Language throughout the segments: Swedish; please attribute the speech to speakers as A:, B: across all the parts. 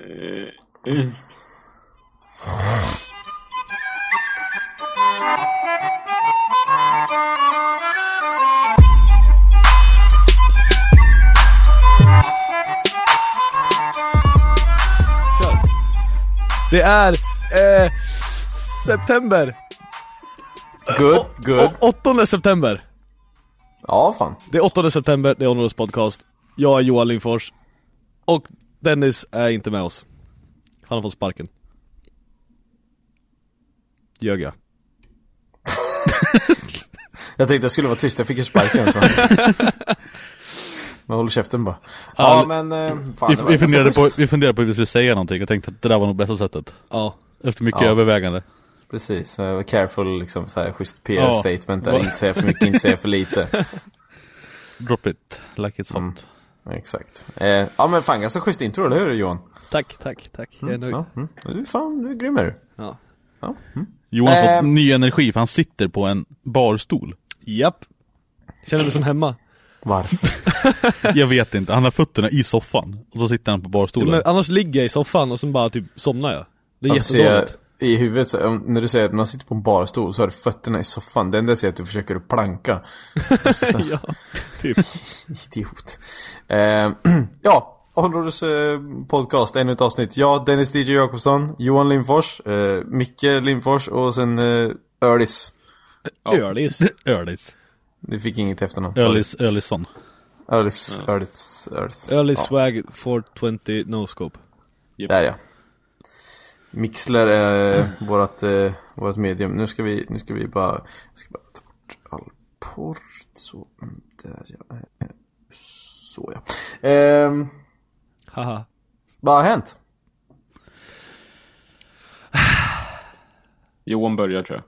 A: eh, ett.
B: Det är eh, september.
C: Good, good.
B: O- 8 september.
C: Ja, fan.
B: Det är 8 september, det är Honorados podcast. Jag är Johan Lindfors. Och Dennis är inte med oss. Han har fått sparken. Ljög jag?
C: Jag tänkte jag skulle vara tyst, jag fick ju sparken så. Men håll käften bara. Ja,
D: Ja,
C: men... eh, Fan,
D: Vi,
C: det var
D: vi, funderade
C: ganska
D: på,
C: schysst.
D: vi funderade på hur vi skulle säga någonting och tänkte att det där var nog bästa sättet.
B: Ja.
D: Efter mycket
C: Ja.
D: övervägande.
C: Precis, eh, var careful liksom så här schysst
D: Ja.
C: PR-statement där.
D: Ja.
C: Inte säga för mycket, inte säga för lite.
D: Drop it, like it's hot.
C: Mm. Exakt. Eh, ja men fan ganska schysst intro, eller hur Johan?
B: Tack, tack, tack. Jag är nöjd.
C: Ja, mm. Du är fan, du är grym är du.
B: Ja.
D: Johan har fått
C: Ehm.
D: ny energi för han sitter på en barstol.
B: Japp. Känner mig som hemma.
C: Varför?
D: Jag vet inte, han har fötterna i soffan. Och så sitter han på barstolen.
B: Men annars ligger jag i soffan och sen bara typ somnar jag. Det är
C: Jag ser
B: jättedåligt.
C: i huvudet, så, om- när du säger att man sitter på en barstol så har du fötterna i soffan. Det enda jag ser är att du försöker att planka. Alltså, så,
B: Ja.
D: Typ.
C: Idiot. Eh, ja, Onrodos eh, podcast, ännu ett avsnitt. Jag, Dennis DJ Jakobsson, Johan Lindfors, eh, Micke Lindfors och sen eh, Ölis.
B: Ölis.
D: Ölis.
C: Du fick inget efternamn. sorry.
D: Ölis, Ölisson.
C: Ölis, Ölis, Ölis.
B: Ölis
C: Ja,
B: swag 420 no scope.
C: där ja. Mixler är eh, vårat, eh, vårat medium. Nu ska vi, nu ska vi bara, jag ska bara ta bort all port. Så, mm, där ja. Eh, Så ja. Ehm,
B: Haha.
C: vad har hänt?
A: Johan börjar tror jag.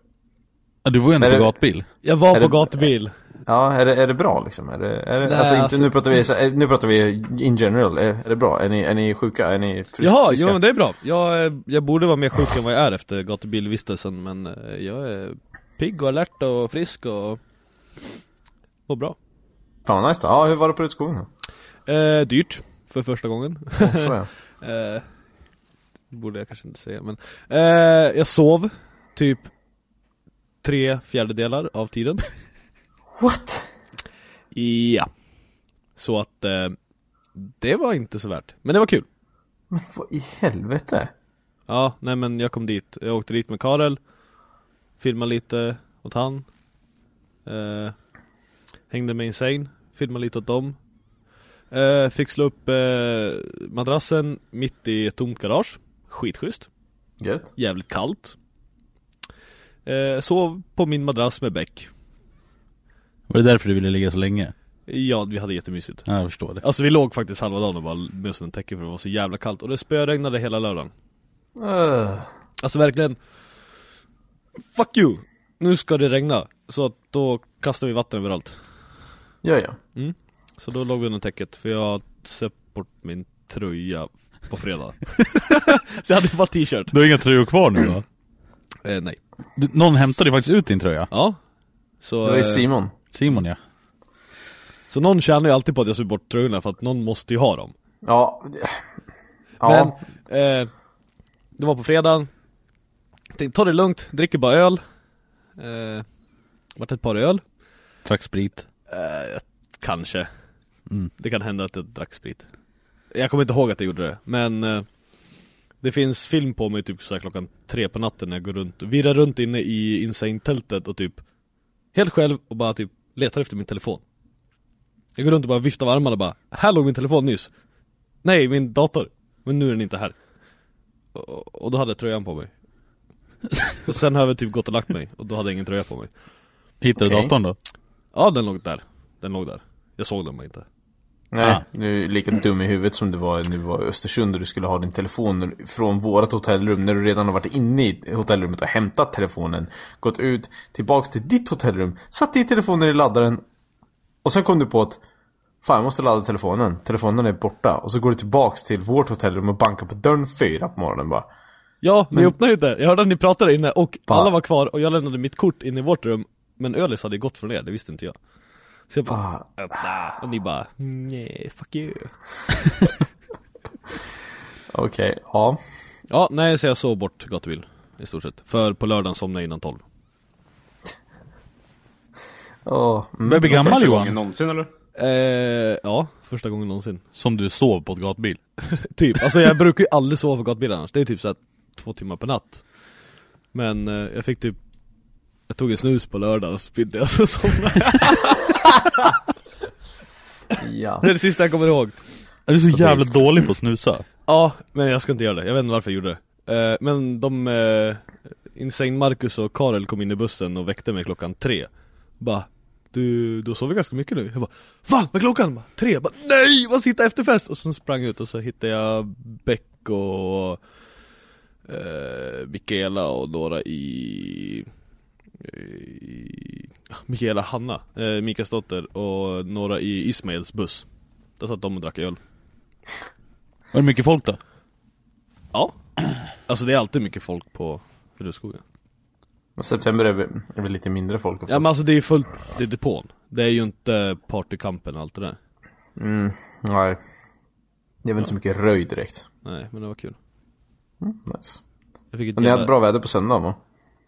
D: Ja, Du var ju ändå
C: Är
D: på
C: det-
D: gatbil.
B: Jag
C: Är
B: var på
C: det-
B: gatubil.
C: Ja, är det, är det bra liksom? Är det, är det,
B: Nej,
C: alltså inte,
B: alltså-
C: nu pratar vi, så- eh, nu pratar vi in general, är, är det bra? Är ni, är ni sjuka? Är ni friska?
B: Jaha,
C: friska?
B: jo men det är bra. Jag, eh, jag borde vara mer sjuk än vad jag är efter gatubilvistelsen men eh, jag är pigg och alert och frisk och mår bra.
C: Fan vad nice då. Ja, hur var det på utskogen då?
B: Eh, dyrt, för första gången.
C: Så ja.
B: eh, borde jag kanske inte säga men. Eh, jag sov typ tre fjärdedelar av tiden.
C: What?
B: Ja. Så att eh, det var inte så värt. Men det var kul.
C: Men vad i helvete?
B: Ja, nej men jag kom dit. Jag åkte dit med Karel Filmade lite åt han eh, Hängde med Insane Filmade lite åt dem eh, Fick slå upp eh, madrassen mitt i ett tomt garage Skitschysst
C: Gött.
B: Jävligt kallt eh, Sov på min madrass med Beck
D: Var det därför du ville ligga så länge?
B: Ja, vi hade jättemysigt
D: Ja, jag förstår det.
B: Alltså vi låg faktiskt halva dagen och bara med oss en täcke för det var så jävla kallt Och det spöregnade hela lördagen
C: Uh,
B: Alltså verkligen Fuck you! Nu ska det regna Så att då kastar vi vatten överallt
C: ja, ja.
B: Så då låg vi under täcket för jag söp bort min tröja på fredag Så jag hade bara t-shirt
D: Du har inga tröjor kvar nu va?
B: Eh, nej.
D: Du, någon hämtade ju faktiskt ut din tröja.
B: Ja. Så,
C: Det var ju
B: eh,
C: Simon.
D: Simon ja.
B: så någon tjänar ju alltid på att jag ser bort tröjorna för att någon måste ju ha dem.
C: Ja. det- Ja.
B: Men, eh, det var på fredagen Tänkte ta det lugnt, dricker bara öl eh, Vart ett par öl,
D: Drack sprit.
B: kanske
D: Mm.
B: Det kan hända att jag drack sprit Jag kommer inte ihåg att jag gjorde det, men eh, Det finns film på mig typ så här klockan tre på natten när jag går runt Virrar runt inne i insane-tältet och typ Helt själv och bara typ letar efter min telefon Jag går runt och bara viftar med armarna och bara Här låg min telefon nyss Nej, min dator Men nu är den inte här Och, och då hade jag tröjan på mig Och sen har jag typ gått och lagt mig och då hade jag ingen tröja på mig
D: Hittade du
C: Okej.
D: datorn då?
B: Ja, den låg där Den låg där Jag såg den bara inte
C: Nej,
D: Ah.
C: du är lika dum i huvudet som du var när du var i Östersund och du skulle ha din telefon när- från vårat hotellrum när du redan har varit inne i hotellrummet och hämtat telefonen. Gått ut, tillbaks till ditt hotellrum, satt i telefonen i laddaren och sen kom du på att Fan, jag måste ladda telefonen. Telefonen är borta. Och så går du tillbaks till vårt hotellrum och bankar på dörren fyra på morgonen bara.
B: Ja, ni öppnade ju inte! Jag hörde att ni pratade inne och
C: Va?
B: alla var kvar och jag lämnade mitt kort inne i vårt rum Men Ölis hade ju gått från er, det visste inte jag Så jag bara
C: Ah,
B: öppna och ni bara nej, fuck you
C: Okej, ja.
B: Ja, nej så jag sov bort gatubil i stort sett För på lördagen somnade jag innan 12
C: Åh, mm.
D: Börjar bli gammal
A: Första gången
D: Johan.
A: någonsin eller?
B: eh, Ja, första gången någonsin
D: Som du sov på ett gatbil.
B: Typ, alltså jag brukar ju aldrig sova på gatubil annars Det är typ såhär två timmar per natt Men eh, jag fick typ Jag tog en snus på lördagen och spydde jag så somnade jag.
C: Ja.
B: Det är det sista jag kommer ihåg
D: Är du så
C: Stabilt.
D: jävla dålig på att snusa?
B: Ja, men jag ska inte göra det. Jag vet inte varför jag gjorde det. Eh, Men de, eh, Insane Marcus och Karel kom in i bussen och väckte mig klockan tre. Bara, du, du sover ganska mycket nu. Jag bara, va? Vad är klockan? Jag Bara, tre? Jag Bara, nej! Vad sitter efterfest? Och sen sprang jag ut och så hittade jag Beck och eh, Mikaela och några i, i Mikaela Hanna, eh, Mikas dotter och några i Ismails buss. Där satt de och drack öl.
D: Var det mycket folk då?
B: Ja Alltså det är alltid mycket folk på Rudskogen
C: September är väl, är väl lite mindre folk
B: Ja
C: oftast.
B: men alltså det är ju fullt, det är depån Det är ju inte partykampen och allt det där
C: mm, nej. Det är väl inte så mycket röj direkt.
B: Nej men det var kul
C: Nice.
B: Jag fick ett
C: Men ni hade
B: jävla-
C: bra väder på söndagen va?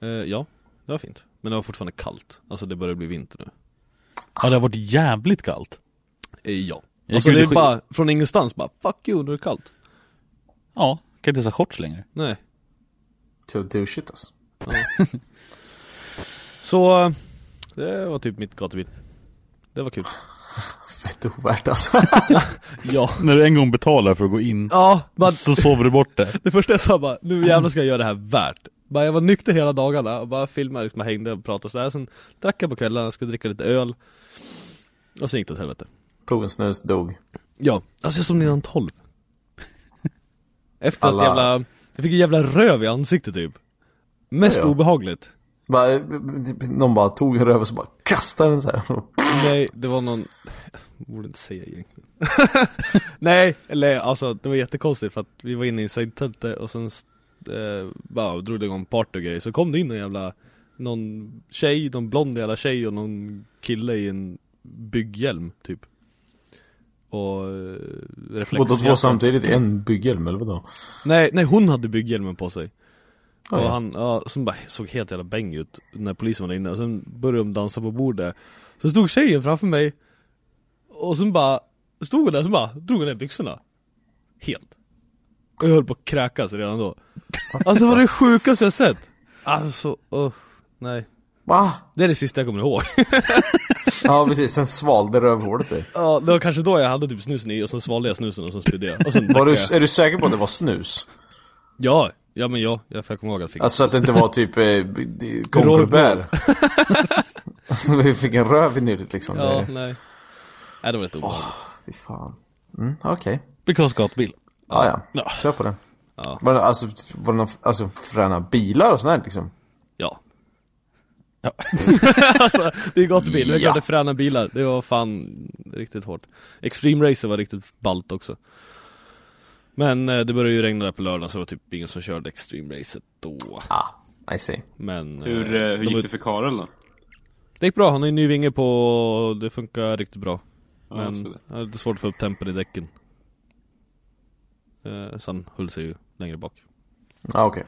B: eh, Ja, det var fint Men det var fortfarande kallt Alltså det börjar bli vinter nu
D: Ja det har varit jävligt kallt.
B: eh, Ja
D: Jag
B: Alltså
D: gick
B: det är
D: ut i skyn-
B: bara, från ingenstans bara 'fuck you' nu är det kallt
D: Ja, kan inte ens ha shorts längre.
B: Nej
C: To do shit alltså.
B: Så, eh, det var typ mitt gatubil Det var kul
C: Fett ovärt alltså.
B: Ja
D: När du en gång betalar för att gå in,
B: Ja, men
D: så sover du bort det.
B: Det första jag sa bara, nu jävlar ska jag göra det här värt bara, Jag var nykter hela dagarna och bara filmade, liksom, jag hängde och pratade sådär Sen drack jag på kvällarna, skulle dricka lite öl Och sen gick det åt helvete
C: Tog en snus, dog.
B: Ja, alltså jag somnade innan tolv Efter
C: Alla-
B: att jävla, jag fick en jävla röv i ansiktet typ Mest
C: Ja, ja.
B: obehagligt
C: Bara, eh, någon bara tog en röv och så bara kastade den så här.
B: Nej, det var någon, jag borde inte säga egentligen Nej, eller alltså det var jättekonstigt för att vi var inne i sängtältet och sen eh, bara drog det igång party och grejer så kom det in en jävla Någon tjej, någon blond jävla tjej och någon kille i en bygghjälm typ Och eh,
C: Båda två
B: reflexjacka.
C: samtidigt i en bygghjälm eller vadå?
B: Nej, nej hon hade bygghjälmen på sig
C: Ah, Ja,
B: Och
C: ja.
B: han, ja, som bara såg helt jävla bäng ut när polisen var inne och sen började de dansa på bordet Så stod tjejen framför mig Och sen bara, stod hon där och bara drog hon ner byxorna Helt Och jag höll på att kräkas redan då Alltså det var det sjukaste jag sett Alltså, uh, nej
C: Va?
B: Det är det sista jag kommer ihåg
C: Ja precis, sen svalde rövhålet dig.
B: Ja, det var kanske då jag hade typ snusen i och sen svalde jag snusen och sen spydde jag och sen
C: Var du,
B: drack jag.
C: är du säker på att det var snus?
B: Ja, ja men ja, jag jag kommer ihåg att jag fick
C: Alltså att det inte var typ eh, konkelbär? Vi fick en röv i nyllet liksom.
B: Ja,
C: Det,
B: nej Nej det var rätt obehagligt
C: fy fan. Mm, okej.
D: Because gatbil.
C: Ah, ja,
D: Ja.
C: Kör på det.
B: Ja.
C: Var det, alltså, var det någon, alltså fräna bilar och sånt här liksom?
B: Ja
D: Ja.
B: alltså, det är gatubil, vi
C: Ja.
B: körde fräna bilar, det var fan riktigt hårt Extreme Racer var riktigt ballt också Men eh, det började ju regna där på lördagen så det var typ ingen som körde Extreme Racet då
C: Ah, I see.
B: Men eh,
A: Hur, eh, hur
B: de
A: gick
B: är-
A: det för Karel då?
B: det gick bra, han har ju ny vinge på och det funkar riktigt bra
A: Ja, jag
B: Men
A: tror det.
B: det är lite svårt att få upp tempen i däcken eh, Sen höll sig ju längre bak
C: Ja, ah, okej.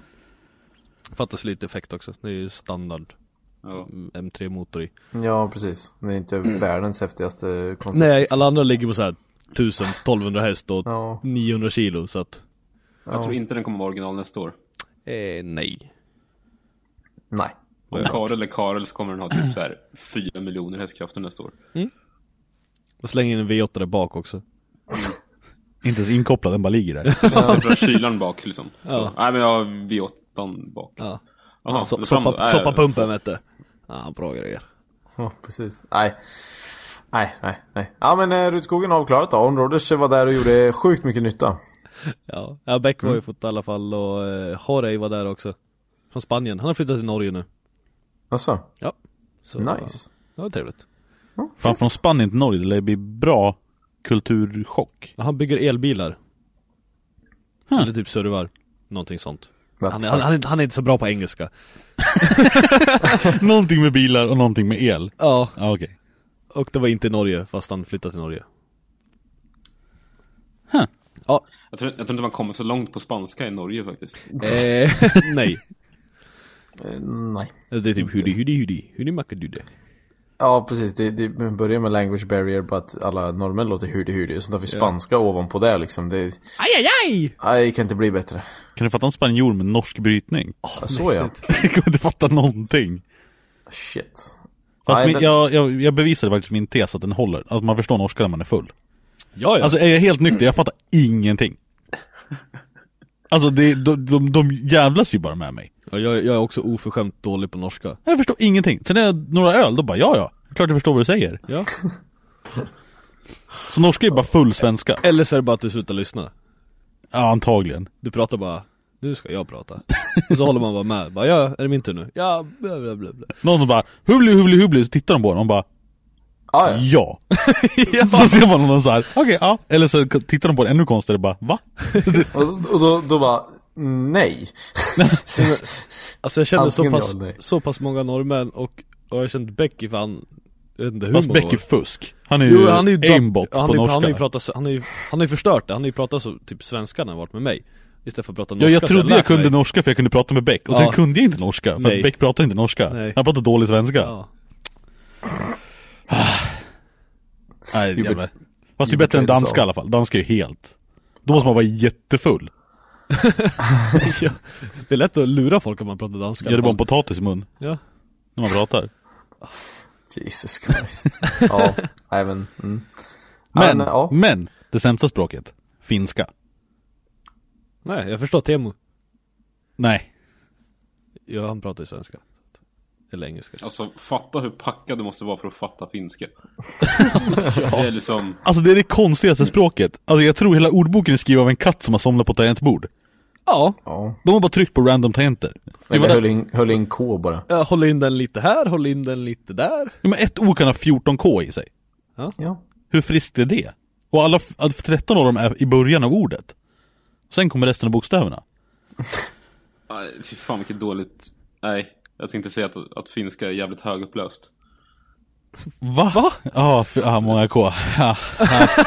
B: Fattas lite effekt också, det är ju standard
A: Ja.
B: M3 motor i
C: Ja, precis. Det är inte
B: Mm.
C: världens häftigaste koncept.
B: Nej, alla andra ligger på så här 1000, 1200 häst och
C: Ja,
B: 900 kilo så att
A: Jag tror inte den kommer vara original nästa år.
B: eh, Nej
C: nej.
A: Om Karel är Karel så kommer den ha typ så här 4 miljoner hästkrafter nästa år.
B: Och slänger in en V8 där bak också
D: Inte ens inkopplad, den bara ligger där.
A: Så drar kylaren bak liksom. Så.
B: Ja.
A: Nej men jag har V8 bak.
B: Ja,
A: Jaha,
B: so-
A: eller fram då.
B: soppa,
A: Nej,
B: soppapumpen vet du Ja, bra grejer
C: Ja, precis. Nej. Nej, nej, nej. Ja men eh, Rutskogen har avklarat då. Onroaders var där och gjorde sjukt mycket nytta.
B: Ja, ja Beck var ju fått i alla fall och eh, Jorge var där också Från Spanien, han har flyttat till Norge nu
C: Alltså,
B: Ja så,
C: nice.
B: Det var trevligt
D: Fan, från Spanien till Norge, det lär bli bra kulturchock.
B: Ja, Han bygger elbilar
D: Hmm.
B: Eller typ servar Någonting sånt
C: What
B: han,
C: the
B: är- han,
C: fuck?
B: han, är inte- han är inte så bra på engelska
D: någonting med bilar och någonting med el.
B: Ja,
D: Ja, okej.
B: och det var inte i Norge fast han flyttade till Norge
D: Huh.
B: Ja,
A: Jag tror, jag tror inte man kommer så långt på spanska i Norge faktiskt.
B: eh, nej
C: Eh, nej.
B: Det är typ hudi hudi hudi, hudi makadude
C: Ja precis, det, det börjar med language barrier på att alla norrmän låter hudi hudi och så tar vi spanska ovanpå det liksom. Det,
B: Aj aj aj!
C: nej, det kan inte bli bättre.
D: Kan du fatta en spanjor med norsk brytning?
C: Ja, så ja.
D: Jag kommer inte fatta någonting.
C: Shit.
D: Fast
C: Nej,
D: min,
C: men-
D: jag, jag, jag bevisade faktiskt min tes att den håller. Att man förstår norska när man är full.
B: Ja, ja.
D: Alltså är jag helt nykter, jag fattar ingenting. Alltså det, de, de, de jävlas ju bara med mig.
B: Ja, jag, jag är också oförskämt dålig på norska
D: Jag förstår ingenting. Sen är jag några öl, då bara ja ja, klart jag förstår vad du säger.
B: Ja
D: Så norska är ju bara full svenska.
B: Eller så är det bara att du slutar lyssna
D: Ja, antagligen.
B: Du pratar bara Nu ska jag prata Och så håller man bara med, bara ja, är det min tur nu? Ja, bla bla bla, bla.
D: Någon som bara hubli hubli hubli, så tittar de på den och bara
C: Ah, ja.
D: ja. Så ser man någon så här, okej ja. Eller så tittar de på den ännu konstigare och bara va?
C: Och, och då, då bara, nej.
B: Alltså jag känner så
C: Antingen ja
B: pass,
C: eller nej.
B: så pass många norrmän och, och jag kände Becky fan Jag vet inte hur
D: Fast
B: många
D: Beck är
B: år.
D: fusk. Han är ju
B: Jo, han är ju bra-
D: aimbot
B: han
D: på
B: är, ju-
D: norska.
B: Han har ju pratat, så- han har ju, han har ju förstört det, han har ju pratat så, typ svenska när han varit med mig Istället för att prata norska
D: Ja, jag
B: så
D: trodde jag
B: lärt
D: kunde
B: mig.
D: norska för jag kunde prata med Beck, och
B: Ja.
D: sen kunde jag inte norska för
B: Nej.
D: att Beck pratar inte norska.
B: Nej.
D: Han pratar dålig svenska.
B: ja.
D: Nej,
C: Hubert-
D: jävlar. Fast det är bättre än
C: Hubert
D: danska i alla fall, danska är ju helt... Då måste man vara jättefull.
B: ja Det är lätt att lura folk om man pratar danska
D: Gör det bara en potatis i mun
B: ja.
D: när man pratar.
C: Jesus Christ. Ja, nej men. Mm.
D: Men,
C: men, ja.
D: men, det sämsta språket, finska.
B: Nej, jag förstår Temo
D: Nej.
B: Ja, han pratar ju svenska Eller engelska
A: Alltså fatta hur packad du måste vara för att fatta finska. Det är liksom,
D: Alltså det är det konstigaste språket. Alltså jag tror hela ordboken är skriven av en katt som har somnat på ett tangentbord.
B: Ja,
C: ja.
D: De har bara tryckt på random tangenter. Det var
C: Eller
D: där-
C: höll in, höll in K bara.
B: jag håller in den lite här, håller in den lite där
D: Ja, men ett ord kan ha 14k i sig.
C: Ja.
D: Hur friskt är det? Och alla f- att 13 av dem är i början av ordet. Sen kommer resten av bokstäverna.
A: nej, fy fan vilket dåligt. Nej, jag tänkte säga att, att finska är jävligt högupplöst.
D: Va? Va? Ja, f- ah, många K. Ja.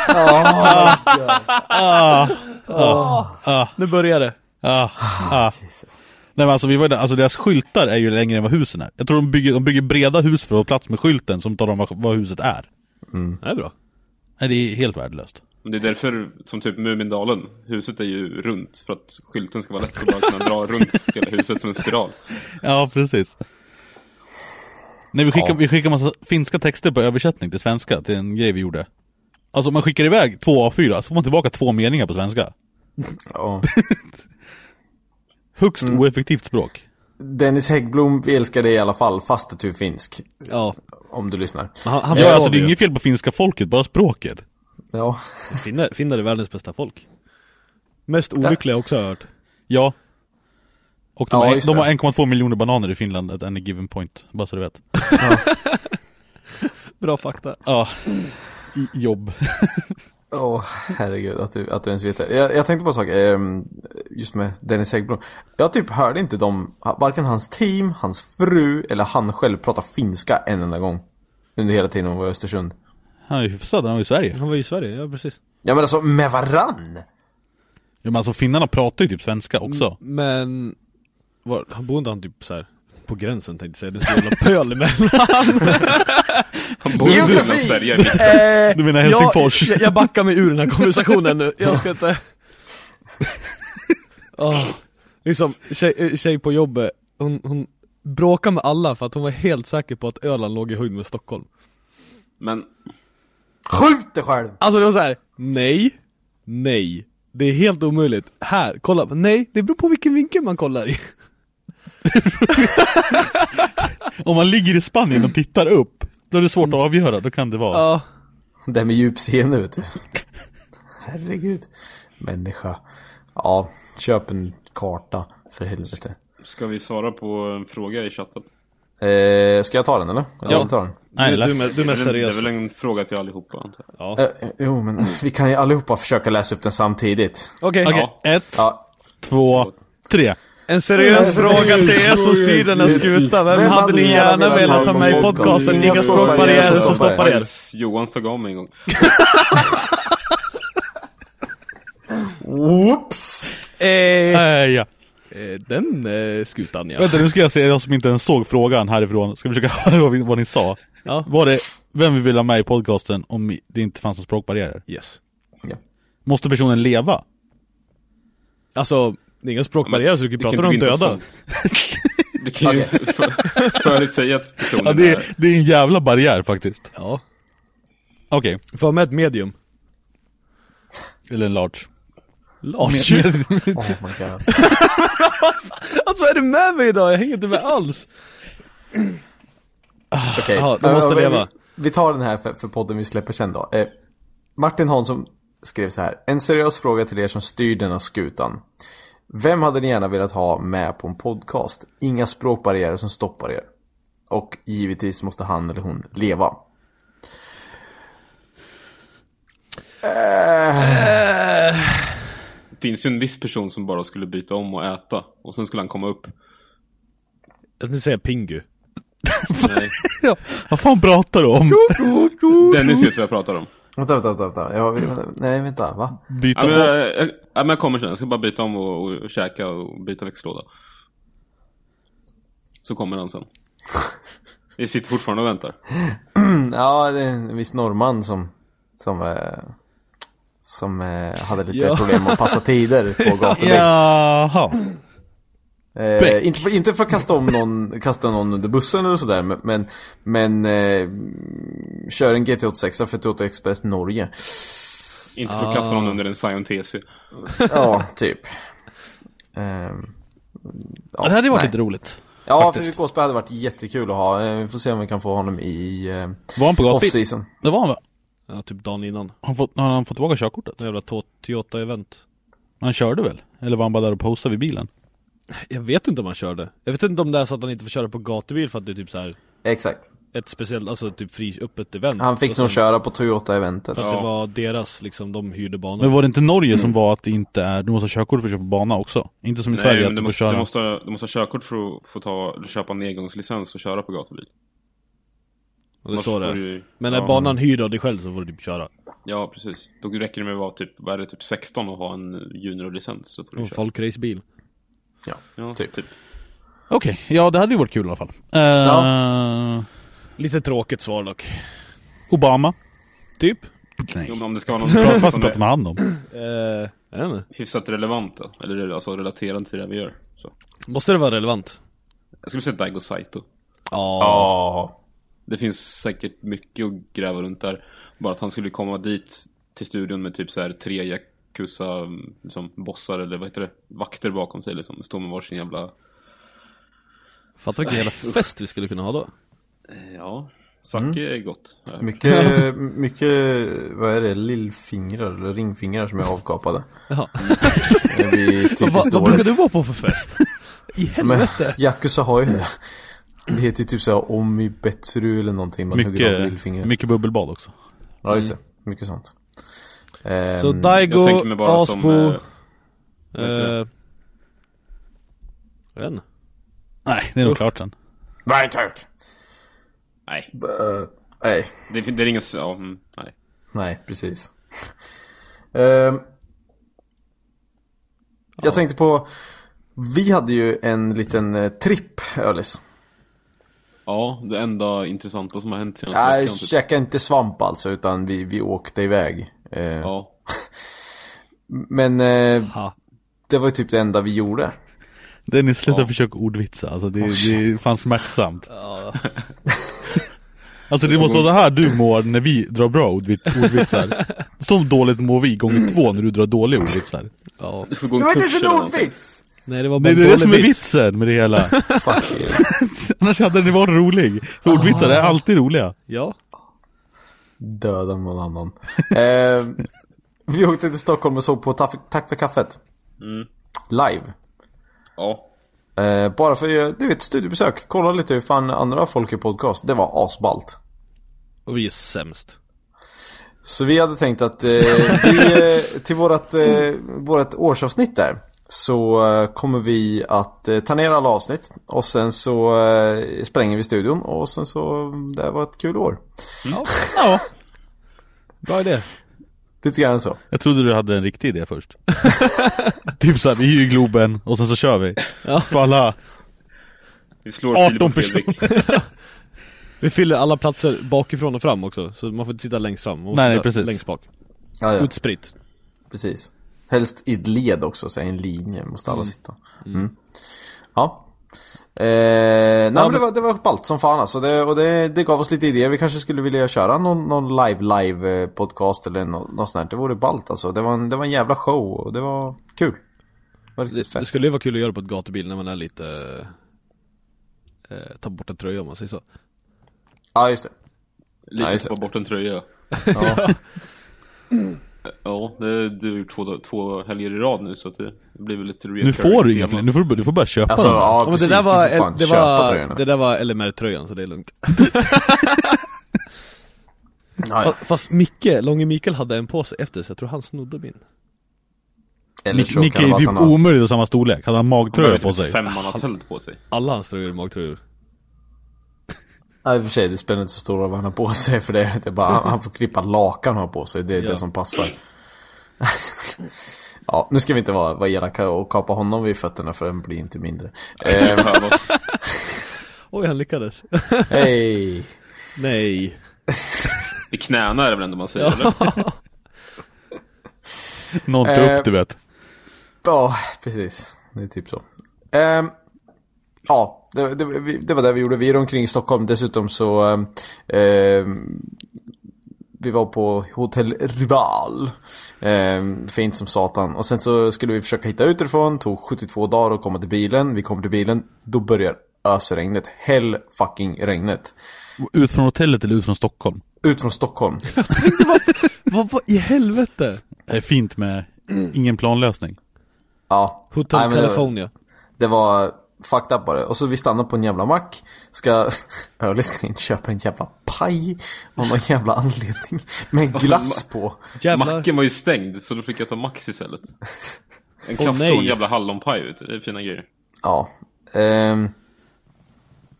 B: Oh Nu börjar det
C: Jesus.
D: Nej men alltså, vi var ju där, alltså deras skyltar är ju längre än vad husen är. Jag tror de bygger, de bygger breda hus för att ha plats med skylten som talar om vad, vad huset är.
B: Mm. Det är bra
D: Nej det är helt värdelöst.
A: Men det är därför som typ Mumindalen, huset är ju runt. För att skylten ska vara lätt att bara kunna dra runt hela huset som en spiral.
D: Ja precis. Nej vi skickar,
C: Ja.
D: vi skickar massa finska texter på översättning till svenska till en grej vi gjorde. Alltså om man skickar iväg två A4 så får man tillbaka två meningar på svenska.
C: Ja.
D: Högst oeffektivt språk.
C: Dennis Häggblom, vi älskar dig i alla fall, fast att du är finsk.
B: Ja,
C: Om du lyssnar.
B: men han, han
D: Ja,
B: förstår
D: alltså det är
B: ju.
D: inget fel på finska folket, bara språket.
C: Ja.
B: Finnar, finnar är världens bästa folk Mest olyckliga också har jag hört
D: Ja. Och de,
C: Ja,
D: har,
C: just
D: de
C: det.
D: har 1,2 miljoner bananer i Finland at any given point, bara så du vet.
B: Bra fakta
D: Ja. I jobb.
C: Åh, herregud att du, att du ens vet det. Jag, jag tänkte på en sak, ehm, just med Dennis Hägglund. Jag typ hörde inte dem, varken hans team, hans fru eller han själv prata finska en enda gång. Under hela tiden hon var i Östersund.
D: Han är ju hyfsad, han är ju i Sverige.
B: Han var ju i Sverige, ja precis.
C: Ja men alltså med varann!
D: Ja, men alltså finnarna pratar ju typ svenska också.
B: Mm. Men, var, han bodde han typ så här på gränsen tänkte jag säga, det är en jävla pöl emellan.
A: Han bor i
C: Geografi!
A: mellan Sverige. mitt-
D: Du menar Helsingfors?
B: Eh, Jag, jag backar mig ur den här konversationen nu, jag ska inte... Åh, liksom, tjej, eh, tjej på jobbet, hon, hon bråkade med alla för att hon var helt säker på att Öland låg i höjd med Stockholm
A: Men
C: Skjut dig själv!
B: Alltså det var så här. nej, nej, det är helt omöjligt. Här, kolla, nej, det beror på vilken vinkel man kollar i.
D: Om man ligger i Spanien och tittar upp, då är det svårt att avgöra, då kan det vara.
B: Ja,
C: Det här med djupseende vet du. Herregud. Människa. Ja, köp en karta för helvete.
A: ska vi svara på en fråga i chatten?
C: Eh, ska jag ta den eller?
B: Ja.
C: Jag tar den.
D: Nej,
B: du,
D: eller?
B: du, är med- du är mest
A: det, är väl- det är
B: seriös.
A: väl en fråga till allihopa antar jag.
B: Ja.
C: Eh, jo men vi kan ju allihopa försöka läsa upp den samtidigt.
B: Okej,
D: Okej, ett,
C: Ja,
D: två, tre.
B: en seriös fråga till er som styr den här skutan. Vem, hade ni gärna velat ha med i podcasten? Inga språkbarriärer som stoppar er.
A: Hans Johan stod av mig en gång.
C: Whoops!
B: Eh,
D: Äh, ja.
B: eh, den eh, skutan ja.
D: Vänta, nu ska jag se, jag som inte ens såg frågan härifrån, ska försöka höra vad, vi, vad ni sa.
B: ja.
D: Var det vem vi vill ha med i podcasten om det inte fanns någon språkbarriärer?
B: Yes.
C: Ja.
D: Måste personen leva?
B: Alltså, det är inga språkbarriärer så du kan
A: Det kan
B: prata
A: inte
B: om de
A: bli
B: döda.
A: intressant. Du kan ju för- förutsäga att personen
D: Ja, det, är, det är en jävla barriär faktiskt.
B: Ja.
D: Okej,
B: Får ha med ett medium.
D: eller en large.
B: Lars.
C: Oh my god.
B: Alltså vad är det med mig idag? Jag hänger inte med alls.
C: Okej.
B: Jaha, de måste
C: Eh, vi-
B: leva.
C: Vi tar den här för, för podden vi släpper sen då. Eh, Martin Hansson skrev så här. En seriös fråga till er som styr denna skutan. Vem hade ni gärna velat ha med på en podcast? Inga språkbarriärer som stoppar er. Och givetvis måste han eller hon leva.
A: Det finns ju en viss person som bara skulle byta om och äta. Och sen skulle han komma upp.
B: Jag tänkte säga Pingu.
A: Nej.
D: ja. Vad fan pratar du om?
A: Dennis vet vad jag pratar om.
C: Vänta, vänta, vänta. vänta. Jag, nej, vänta. Va?
A: Ja,
D: Byta
A: men,
D: ja,
A: jag, jag, ja, men jag kommer sen. Jag ska bara byta om och, och käka och byta växtlåda. Så kommer han sen. Vi sitter fortfarande och väntar.
C: Ja, det är en viss norrman som som, eh, som eh, hade lite
B: Ja.
C: problem att passa tider på gator.
D: Jaha.
C: eh,
D: Bäck.
C: inte, för, inte för att kasta om någon, kasta någon under bussen eller sådär, men, men, men eh, kör en GT86 för Toyota Express Norge.
A: Inte för att kasta någon under en Sion TC.
C: Ja, typ. Ehm, ja,
D: Det hade ju varit
C: nej.
D: lite roligt.
C: Ja,
D: faktiskt.
C: Fredrik Åsberg hade varit jättekul att ha. Eh, Vi får se om vi kan få honom i eh,
D: Var han på gatan?
C: off-season.
D: Det var han va?
B: Ja, typ dagen innan.
D: Har han fått, har han fått tillbaka körkortet?
B: Någon jävla to- Toyota-event.
D: Han körde väl? Eller var han bara där och posade vid bilen?
B: Jag vet inte om han körde. Jag vet inte om det är så att han inte får köra på gatubil för att det är typ så här
C: Exakt.
B: ett speciellt, alltså typ fri, öppet event.
C: Han fick
B: Och sen-
C: nog köra på Toyota-eventet.
B: För att
A: Ja.
B: det var deras liksom, de hyrde banan.
D: Men var det inte Norge som var att det inte är, du måste ha körkort för att köra på bana också? Inte som i Sverige
A: men du
D: att du får
A: måste, du,
D: köra.
A: måste, ha- du måste ha körkort för att få ta, eller köpa en engångslicens och köra på gatubil.
B: Och det är så det
A: Annars får
B: är.
A: du ju-
B: Men när
A: ja.
B: banan hyr av dig själv så får du typ köra.
A: Ja, precis. Då räcker det med att vara typ, vad är det, typ 16 och ha en juniorlicens. Så får du
B: En
A: köra.
B: folkracebil.
C: Ja,
A: Ja,
C: typ.
D: Okej, ja det hade ju varit kul i alla fall. Eh,
B: Lite tråkigt svar dock.
D: Obama?
B: Typ.
D: Nej.
A: Jo, men om det ska vara
D: Prata-
A: någon
D: Vad
A: som är
D: pratar man han om?
B: Eh, jag vet inte.
A: hyfsat relevant då, Eller alltså relaterad till det vi gör. Så.
B: Måste det vara relevant?
A: Jag skulle säga Daigo Saito.
B: Ja.
C: Ja.
A: Det finns säkert mycket att gräva runt där. Bara att han skulle komma dit till studion med typ så här tre Yakuza liksom, bossar eller vad heter det? Vakter bakom sig liksom. Står med varsin jävla...
B: Fattar vilken jävla fest vi skulle kunna ha då.
A: Ja. Sake
D: Mm.
A: är gott. har jag hört.
C: Mycket, mycket, vad är det, lillfingrar eller ringfingrar som är avkapade.
B: Ja.
C: Det blir typiskt
B: vad brukar
C: dåligt.
B: du vara på för fest? I
C: Men
B: helvete!
C: Yakuza har ju det. Det heter ju typ såhär omibetsuru eller någonting. Man hugger av
D: Mycket,
C: lillfingret.
D: mycket bubbelbad också.
C: Ja, just det. Mycket sånt. Ehm,
B: Så
A: Jag
B: Daigo,
A: tänker mig bara
B: Asbo,
A: som... eh,
B: eh, jag vet inte.
D: Nej, det är nog klart sen.
C: Nej tack!
A: nej,
C: Bö. Eh, Nej,
A: det, det är ingen... Ja, mm, nej.
C: nej precis. Ehm, Jag tänkte på, vi hade ju en liten eh, tripp Ölis.
A: Ja, det enda intressanta som har hänt senaste
C: Nej,
A: typ.
C: käka inte svamp alltså utan vi, vi åkte iväg. Eh,
A: Ja,
C: Men eh,
B: Ha.
C: det var ju typ det enda vi gjorde.
D: Dennis, sluta försöka ordvitsa. Alltså, det, det är fan smärtsamt. Alltså det måste vara så här du mår när vi drar bra ordvit- ordvitsar. Så dåligt mår vi gånger två när du drar dåliga ordvitsar.
B: Ja.
A: du får gå en
C: Det var inte
A: kurs
C: ens en
A: eller någonting.
C: ordvits!
B: Nej det var bara
D: Det är
B: en
D: det
B: dålig
D: som är
B: vits.
D: vitsen med det hela.
C: Fuck you.
D: Annars hade den varit rolig. För ordvitsar är alltid roliga.
B: Ja.
C: Döda någon annan. Ehm, vi åkte till Stockholm och såg på Taff- Tack för kaffet. Live.
A: Ja,
C: Eh, bara för, eh, du vet, studiebesök. Kolla lite hur fan andra folk gör podcast. Det var asballt.
B: Och vi är sämst.
C: Så vi hade tänkt att eh, vi, eh, till vårat, eh, vårat årsavsnitt där så eh, kommer vi att eh, ta ner alla avsnitt och sen så eh, spränger vi studion och sen så, det här var ett kul år.
B: Ja. ja. Bra idé.
C: Lite grann så.
D: Jag trodde du hade en riktig idé först. typ såhär, vi hyr Globen och sen så kör vi. För alla.
A: vi slår
D: 18
A: 18 personer.
B: Vi fyller alla platser bakifrån och fram också, så man får inte sitta längst fram, man måste
D: Nej, nej,
B: sitta
D: precis.
B: längst bak.
C: Ja, ja,
B: Utspritt.
C: precis. Helst i ett led också, så i en linje måste alla sitta. Mm. Ja. Eh, nej men det var, det var ballt som fan alltså. Det, och det, det gav oss lite idéer. Vi kanske skulle vilja köra någon, någon live live eh, podcast eller nå- något sånt där. Det vore ballt alltså. Det var, en, det var en jävla show och det var kul. Det var riktigt
B: Det, det
C: fett.
B: skulle ju vara kul att göra på ett gatubil när man är lite eh, Ta bort en tröja om man säger så
C: Ja just det.
A: Lite
C: just det.
A: tappa bort en tröja.
C: Ja.
A: Ja, det, du har gjort två, två helger i rad nu så att det blir väl lite
D: Nu får du inga fler, nu får du, du får börja köpa
C: Alltså
D: dem.
C: ja
B: men
C: precis.
B: det där var,
C: du får fan
B: det,
C: köpa
B: var
C: tröjorna.
B: det där var LMR-tröjan så det är lugnt
C: Ja, ja.
B: Fa- Fast Micke, Långe Mikael hade en på sig efter så jag tror han snodde min
C: Eller
D: Nick,
C: så
D: Nick
C: kan
D: är
C: det
D: ju
C: vara att
D: typ
C: han har...
D: omöjligt att ha samma storlek. Han har magtröja på sig.
A: Femman har tält på sig.
B: Alla hans tröjor är magtröjor
C: Ja, i och för sig, det spelar inte så stor roll vad han har på sig för det, det är bara, han, han får klippa lakan han har på sig, det är det som passar. ja, nu ska vi inte vara, vara elaka och kapa honom vid fötterna för den blir inte mindre.
D: Ehm.
C: Eh,
B: Oj han lyckades
C: Hej!
B: Nej
A: I knäna är det väl ändå man säger eller?
D: Någon tar
C: Eh,
D: upp du vet.
C: Ja, precis. Det är typ så. Ehm, ja, det, det, vi- det var det vi gjorde. Vi är omkring i Stockholm. Dessutom så... ehm, ehm, vi var på Hotell Rival. Ehm, fint som satan. Och sen så skulle vi försöka hitta ut därifrån. Tog 72 dagar att komma till bilen. Vi kommer till bilen. Då börjar ösregnet. Hell fucking regnet.
D: Ut från hotellet eller ut från Stockholm?
C: Ut från Stockholm.
B: Vad vad i helvete?
D: Det är fint med ingen planlösning.
C: Ja.
B: Hotel
C: Nej, men det var-
B: California
C: Det var fucked up bara. Och så vi stannar på en jävla mack. Ska... Öli ska in och köpa en jävla paj. Av någon jävla anledning. Med en glass på.
B: Jävlar
A: Macken var ju stängd så då fick jag ta Max istället. En
B: Åh,
A: kaffe och en
B: nej.
A: jävla hallonpaj ute, det är fina grejer.
C: Ja. Ehm.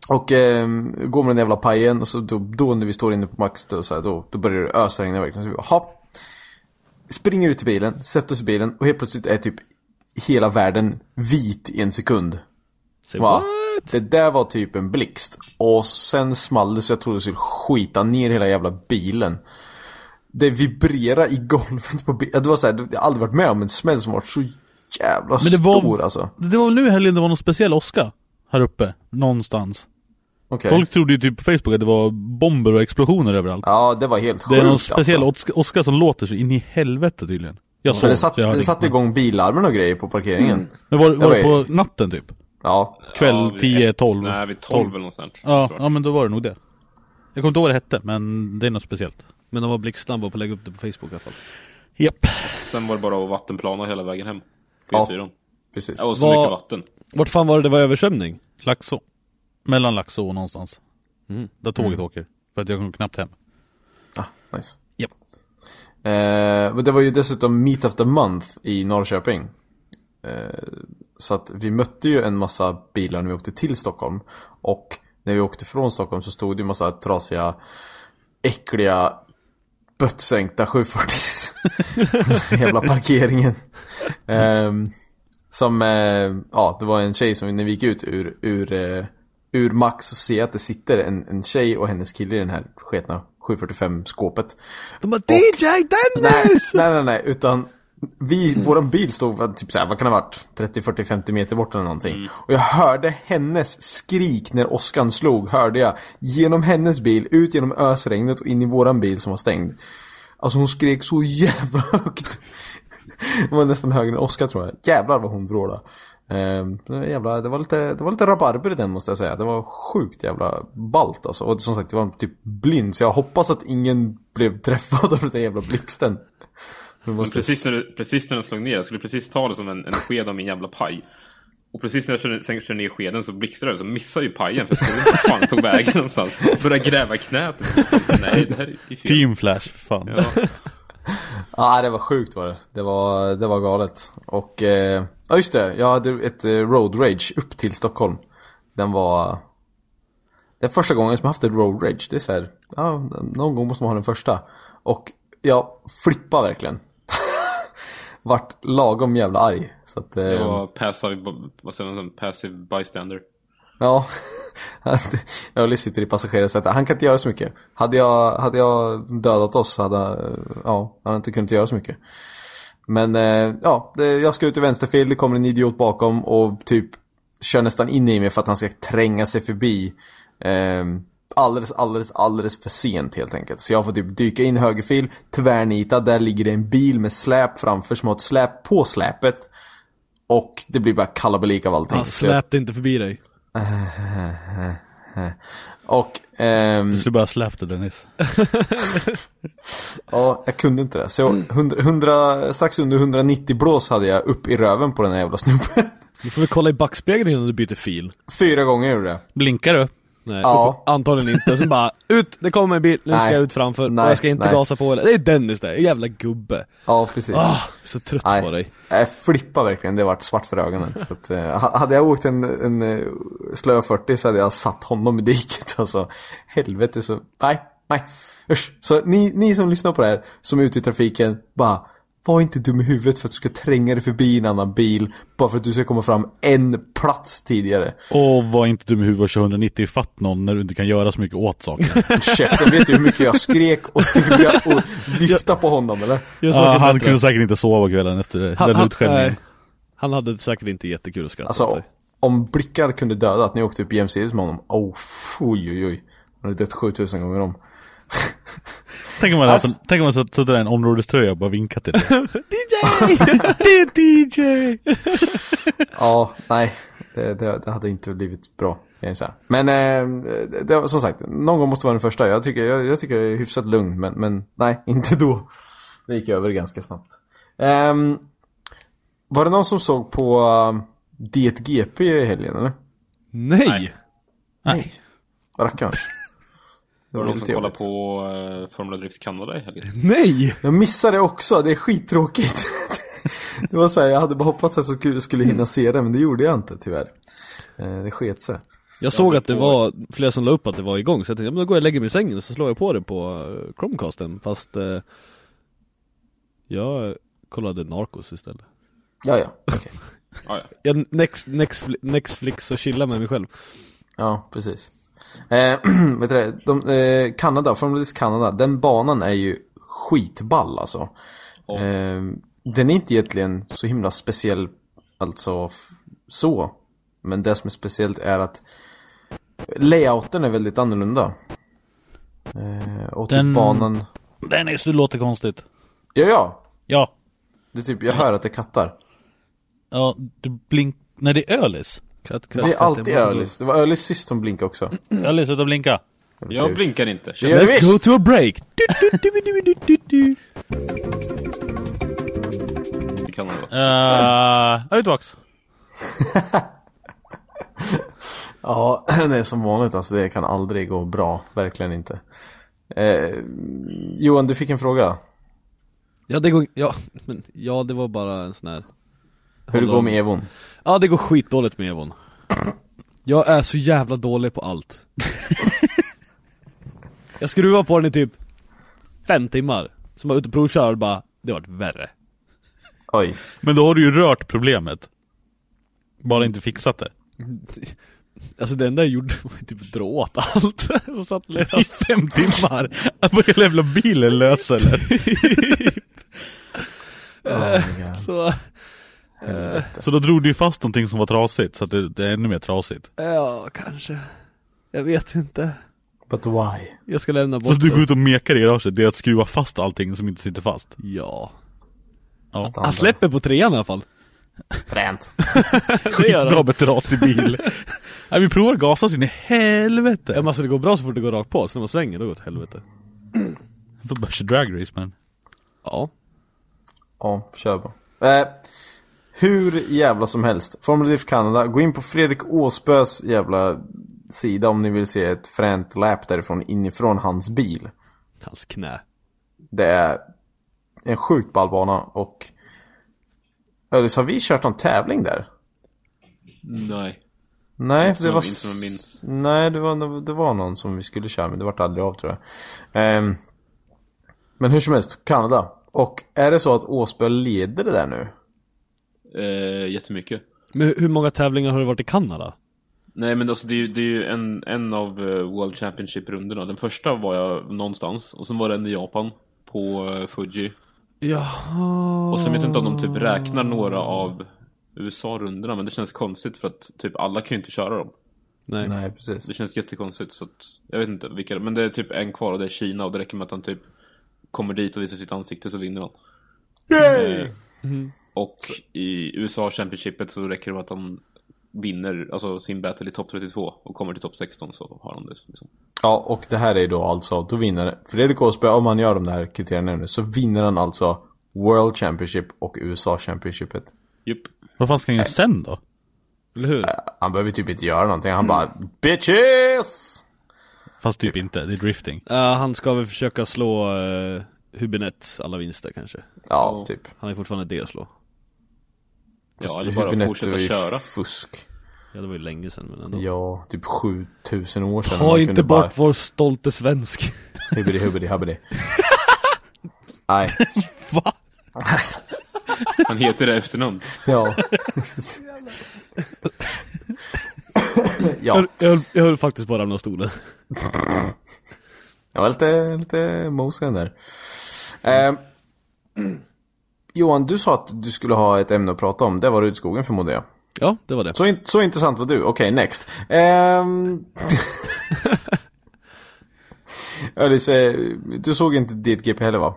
C: Och ehm, går med den jävla pajen och så då, då när vi står inne på Max då, så här, då, då börjar det ösregna verkligen. Så vi bara, "Jaha." Springer ut i bilen, sätter oss i bilen och helt plötsligt är typ hela världen vit i en sekund.
B: Say
C: Va?
B: what?
C: Det där var typ en blixt. Och sen small det så jag trodde det skulle skita ner hela jävla bilen. Det vibrerade i golvet på bilen. Det var så här, jag har aldrig varit med om en smäll som varit så jävla
D: Men det var-
C: stor alltså.
D: Det var väl nu i helgen det var någon speciell åska här uppe, någonstans.
C: Okej.
D: Folk trodde ju typ på Facebook att det var bomber och explosioner överallt.
C: Ja, det var helt
D: det är
C: sjukt
D: någon speciell
C: alltså.
D: åska, åska som låter så in i helvete tydligen. Jag
C: För
D: såg,
C: det satt,
D: så jag hörde
C: det
D: inte.
C: satte igång bilarmen och grejer på parkeringen.
D: Men var, var
C: var
D: det på natten typ?
C: Ja.
D: Kväll
A: Ja, vid
D: 10,
A: ett.
D: 12?
A: Nej, vid 12 eller något sånt.
D: Ja,
A: tror jag.
D: ja, men då var det nog det. Jag kommer inte ihåg vad det hette, men det är något speciellt.
B: Men de var blixtsnabba på att lägga upp det på Facebook i alla fall
D: Japp.
A: Sen var det bara att våttenplana hela vägen hem.
C: Ja.
A: Ja. Det
C: Precis.
A: var så
B: Vad-
A: mycket vatten.
B: Vart fan var det det var översvämning?
D: Laxå. Mellan Laxå och någonstans. Mm.
A: Mm.
D: Där tåget åker. För att jag kom knappt hem.
C: Ah, nice.
D: Japp.
C: Eh, men det var ju dessutom Meet of the Month i Norrköping. Eh, så att vi mötte ju en massa bilar när vi åkte till Stockholm. Och när vi åkte från Stockholm så stod det ju en massa trasiga, äckliga, böttsänkta 740s. på den jävla parkeringen. Ehm, som, eh, ja, det var en tjej som när vi gick ut ur, ur, eh, ur Max så ser jag att det sitter en, en tjej och hennes kille i den här sketna 745-skåpet.
B: De bara DJ
C: Nej,
B: Dennis!
C: nej, nej, nej, utan vi, våran bil stod va, typ såhär, vad kan det ha varit? 30, 40, 50 meter bort eller någonting. Och jag hörde hennes skrik när åskan slog, hörde jag. Genom hennes bil, ut genom ösregnet och in i våran bil som var stängd. Alltså hon skrek så jävla högt. Hon var nästan högre än Oskar tror jag. Jävlar vad hon vrålade. Ehm, det var jävla, det var lite, det var lite rabarber i den måste jag säga. Det var sjukt jävla ballt alltså. Och som sagt, det var typ blind. Så jag hoppas att ingen blev träffad av den där jävla blixten. Det
A: Men
C: måste-
A: precis, när, du- precis när den slog ner, jag skulle precis ta det som en, en sked av min jävla paj. Och precis när jag körde, sen körde ner skeden så blixtrade det, så missade ju pajen. För jag såg inte vart fan tog vägen någonstans. Började gräva i knät. Nej, det här är ju fel.
D: Team Flash, för fan.
A: Ja.
C: Ja, det var sjukt var det. Det var, det var galet. Och, eh, ja just det. Jag hade ett eh, road rage upp till Stockholm. Den var... Det är första gången som jag haft ett road rage. Det är så här, ja, någon gång måste man ha den första. Och jag flippade verkligen. Vart lagom jävla arg. Så att, eh,
A: Det var passive, vad säger man, passive bystander.
C: Ja, Öli sitter i passagerarsätet. Han kan inte göra så mycket. Hade jag, hade jag dödat oss hade ja, han hade inte kunnat göra så mycket. Men eh, ja, det, jag ska ut i vänsterfil, det kommer en idiot bakom och typ kör nästan in i mig för att han ska tränga sig förbi. Eh, alldeles, alldeles, alldeles för sent helt enkelt. Så jag får typ dyka in i högerfil, tvärnita, där ligger det en bil med släp framför som har ett släp på släpet. Och det blir bara kalabalik av allting.
B: Han
C: Så jag-
B: släpte inte förbi dig.
C: och ehm,
D: Du skulle bara släppt det Dennis.
C: ja, jag kunde inte det. Så jag, 100, 100, strax under 190 blås hade jag upp i röven på den här jävla snubben.
B: Du får väl kolla i backspegeln innan du byter fil.
C: Fyra gånger gjorde jag det.
D: Blinkar du?
B: Nej,
C: Ja.
B: antagligen inte. Sen bara, ut! Det kommer en bil, nu ska
C: Nej.
B: jag ut framför.
C: Nej,
B: och jag ska inte
C: nej.
B: gasa på eller. Det är Dennis där, jävla gubbe.
C: Ja, precis.
B: Ah, så trött på dig.
C: jag flippade verkligen. Det vart svart för ögonen. Så att, eh, ha- hade jag åkt en, en eh, slö 40 så hade jag satt honom i diket. Alltså, helvete så... Nej, nej. Usch. Så ni, ni som lyssnar på det här, som är ute i trafiken, bara var inte dum i huvudet för att du ska tränga dig förbi en annan bil bara för att du ska komma fram en plats tidigare.
D: Och var inte dum i huvudet och kör 190 fatt någon när du inte kan göra så mycket åt saker.
C: Käften, vet du hur mycket jag skrek och stirrade och viftade på honom eller?
B: Jag
D: Ja,
B: saker
D: han
B: bättre.
D: kunde säkert inte sova kvällen efter
B: Han-
D: den
B: han-
D: utskällningen.
B: nej. Han hade säkert inte jättekul att skratta åt
C: Alltså,
B: dig.
C: om blickar kunde döda att ni åkte upp jämsides med honom, oh, oj, oj, oj. Han hade dött 7000 gånger om.
D: Tänk om man
C: Alltså-
D: alltså, tänk om man satt satt där i en områdeströja och bara vinkat till dig.
B: Det är DJ!
C: Ja, nej. Det, det, det hade inte blivit bra, kan jag säga. Men eh, det- det, var- som sagt, någon gång måste vara den första. Jag tycker jag, jag, tycker jag är hyfsat lugn, men, men nej, inte då. Det gick över ganska snabbt. Ehm, var det någon som såg på eh, DTGP i helgen eller?
B: Nej!
C: Nej. Rackarns. Det
A: Var det någon
C: lite
A: som kollade
C: jobbigt.
A: på eh, Formula Drift Kanada i helgen?
B: Nej!
C: Jag missade det också, det är skittråkigt. det var så här, jag hade bara hoppats att jag skulle- skulle hinna se det, men det gjorde jag inte tyvärr. Eh, Det sket sig.
B: Jag såg att det var flera som la upp att det var igång, så jag tänkte, ja, men då går jag och lägger mig i sängen och så slår jag på det på eh, Chromecasten, fast eh, jag kollade Narcos istället.
C: Ja, ja. okej.
A: Ah, ja.
B: Jag next, next, Netflix och chilla med mig själv.
C: Ja, precis. Eh, vet du det, de, eh, Kanada, Formel 1 Kanada, den banan är ju skitball alltså. Eh, den är inte egentligen så himla speciell, alltså f- så. Men det som är speciellt är att layouten är väldigt annorlunda. Eh, och typ
D: Den-
C: banan...
D: Dennis, du låter konstigt.
C: Ja, ja!
D: Ja.
C: Det är typ, jag hör att det är katter.
D: Ja, du blink... Nej, det är Ölis.
B: Cut, cut,
C: Det är
B: cut,
C: alltid
B: jag måste gå.
C: Ölis. Det var Ölis sist som blinkade också.
D: Ölis, sluta blinka.
A: Jag blinkar inte.
C: Det gör det
B: Let's go
C: visst!
B: to a break! Du, du, du, du, du, du, du.
A: i Kanada.
D: Uh, jag är tillbaks.
C: Ja, det är som vanligt alltså. Det kan aldrig gå bra. Verkligen inte. Eh, Johan, du fick en fråga.
B: Ja det går, ja, men, ja det var bara en sån här
C: Hur det går med Evon?
B: Ja det går skitdåligt med Evon Jag är så jävla dålig på allt Jag skruvar på den i typ fem timmar, som bara ute och provkör och bara, det vart värre
C: Oj.
D: Men då har du ju rört problemet. Bara inte fixat det.
B: Alltså det enda jag gjorde var ju typ att dra åt allt som satt
D: I
B: löst
D: fem timmar! Att börja levla bilen lös eller?
C: Oh my God.
B: Så,
D: Så då drog du ju fast någonting som var trasigt, så att det, det är ännu mer trasigt.
B: ja kanske Jag vet inte
C: But why?
B: Jag ska lämna
D: Så
B: bort
D: du
B: den.
D: går ut och mekar i garaget, det är att skruva fast allting som inte sitter fast.
B: Ja
C: Standard.
B: Han släpper på trean i alla fall
C: Fränt.
B: Det gör
D: Bra
B: han
D: med trasig bil. Nej, vi provar att gasa så in i helvete.
B: Ja men alltså det går bra så fort det går rakt på, sen när man svänger då går det åt helvete
D: Då börjar jag drag race man.
B: Ja
C: Ja, kör bara. Eh, hur jävla som helst. Formel Drift Canada, gå in på Fredrik Åsbös jävla sida om ni vill se ett fränt lap därifrån inifrån hans bil.
B: Hans knä
C: Det är en sjukt ball bana och... Eller så har vi kört någon tävling där?
A: Nej.
C: Nej,
A: som
C: det
A: jag-
C: var...
A: inte som jag minns.
C: Nej, det var, det var någon som vi skulle köra men det vart aldrig av tror jag. Ehm, men hur som helst, Kanada. Och är det så att Åsbö leder det där nu?
A: Eh, jättemycket.
B: Men hur- hur många tävlingar har det varit i Kanada?
A: Nej men alltså det är ju, det är ju en, en av eh, World Championship-rundorna. Den första var jag någonstans och sen var den i Japan på eh, Fuji.
B: Jaha
A: Och sen vet jag inte om de typ räknar några av USA-rundorna men det känns konstigt för att typ alla kan ju inte köra dem.
B: Nej,
C: Nej, precis.
A: Det känns jättekonstigt så att jag vet inte vilka men det är typ en kvar och det är Kina och det räcker med att han typ kommer dit och visar sitt ansikte så vinner han. Eh, Och i USA Championshipet så räcker det med att han vinner alltså sin battle i topp 32 och kommer till topp 16 så har han det liksom.
C: Ja, och det här är ju då alltså, då vinner Fredrik Åsberg, om han gör de där kriterierna nu, så vinner han alltså World Championship och USA Championshipet.
A: Jupp.
D: Vad fan ska han göra sen då?
B: eller hur?
C: Han behöver typ inte göra någonting, han bara BITCHES!
D: Fast typ inte, det är drifting.
B: Ja, Eh, han ska väl försöka slå uh, Hubinets alla vinster kanske
C: Ja, typ.
B: Han är fortfarande det att slå
A: Ja,
C: Fast
A: eller bara
C: Hübinette
A: fortsätta
C: var ju
A: köra.
C: fusk.
B: Ja det var ju länge sedan men ändå
C: Ja, typ 7000 år sedan.
B: Ta inte bort vår stolte svensk
C: Hubbidi hubbidi hubbidi. Nej.
D: Va?
A: Han heter det efternamn.
C: Ja. ja,
B: jag, höll, jag höll faktiskt bara ramla av stolen
C: jag var lite, lite mosen där. Eh, Johan, du sa att du skulle ha ett ämne att prata om. Det var Rudskogen förmodar jag.
B: Ja, det var det
C: Så, in så intressant var du. Okej, next. Ehm... Alice, eh, du såg inte ditt GP heller va?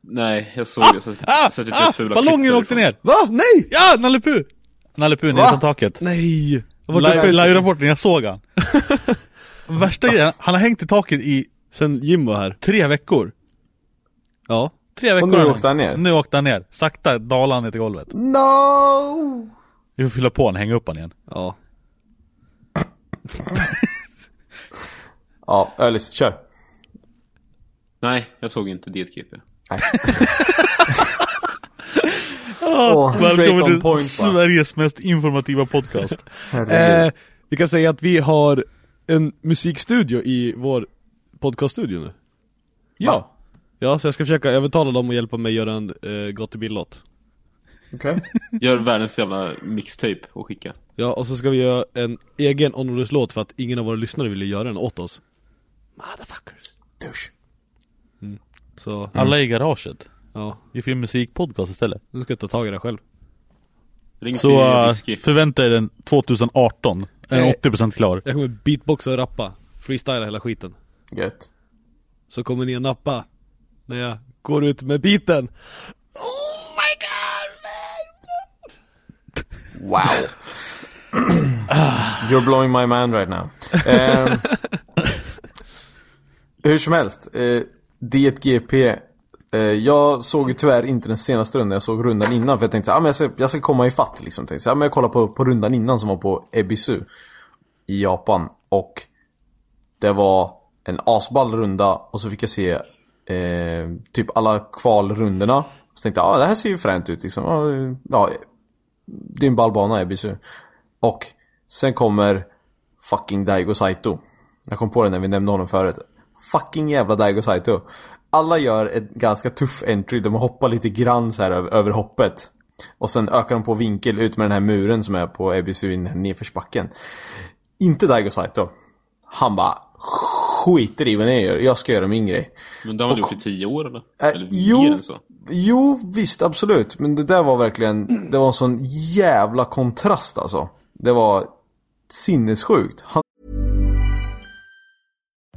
A: Nej, jag såg jag satt,
D: Ah!
A: satt lite
D: ah
A: typ fula klipp
D: ballongen
A: därifrån.
D: åkte ner! Va? Nej! Ja! Nalle Puh! Nalle Puh ner
C: Va?
D: från taket.
B: Nej! Jag var uppe
D: Live-
B: i-
D: Live-rapporten, jag såg han. Värsta grejen, han har hängt i taket i
B: Sen Jim var här
D: tre veckor.
B: Ja
D: Tre veckor
C: nu
D: har
C: åkte
D: hängt.
C: han ner.
D: Nu åkte han ner. Sakta dalade han ner till golvet.
C: No!
D: Vi får fylla på honom, hänga upp honom igen.
B: Ja
C: Ja, Alice, kör.
A: Nej, jag såg inte DTGP.
C: Nej. Åh, straight
D: Välkommen
C: on
D: till
C: point va? Mm.
D: Sveriges mest informativa podcast.
B: Eh, vi kan säga att vi har en musikstudio i vår podcaststudio nu
D: ja.
B: Ja, så jag ska försöka övertala dem att hjälpa mig göra en eh, gottibillåt
C: Okej.
A: Gör världens jävla mixtape och skicka.
B: Ja, och så ska vi göra en egen honoris-låt för att ingen av våra lyssnare ville göra den åt oss Motherfuckers
C: Dusch.
B: Så,
D: Alla i garaget.
B: ja,
D: Vi får ju en musikpodcast istället.
B: nu ska jag ta tag i det själv
A: Ring
D: Så
A: till
D: eh,
A: Whisky.
D: förvänta er den 2018. Den
B: Nej.
D: är 80% klar.
B: Jag kommer beatboxa och rappa, freestyla hela skiten
C: Gött.
B: Så kommer ni att nappa när jag går ut med biten
C: Wow. You're blowing my mind right now. Ehm, hur som helst, eh, DTGP. Eh, jag såg ju tyvärr inte den senaste rundan, jag såg rundan innan för jag tänkte att ah, men jag, ska, jag ska komma ifatt liksom. Tänkte, så, ah, men jag kollar på, på rundan innan som var på Ebisu i Japan och det var en asball runda och så fick jag se eh, typ alla kvalrundorna. Så tänkte jag, ah, det här ser ju fränt ut liksom. Ah, eh, ja, det är en ballbana, jag blir sur. Och sen kommer fucking Daigo Saito. Jag kom på det när vi nämnde honom förut. Fucking jävla Daigo Saito. Alla gör en ganska tuff entry, de hoppar lite grann så här över, över hoppet. Och sen ökar de på vinkel ut med den här muren som är på Ebisu i den här nedförsbacken. Inte Daigo Saito. Han bara skiter i vad ni gör, jag ska göra min grej.
A: Men det har man gjort i tio år eller?
D: Äh,
C: Eh,
A: eller mer
C: jo,
A: än så?
C: jo, visst absolut. Men det där var verkligen, det var en sån jävla kontrast alltså. Det var sinnessjukt. Han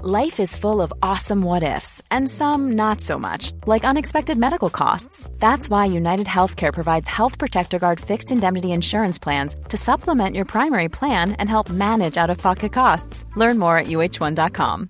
E: Life is full of awesome what ifs, and some not so much, like unexpected medical costs. That's why United Healthcare provides Health Protector Guard fixed indemnity insurance plans to supplement your primary plan and help manage out of pocket costs. Learn more at uh1.com.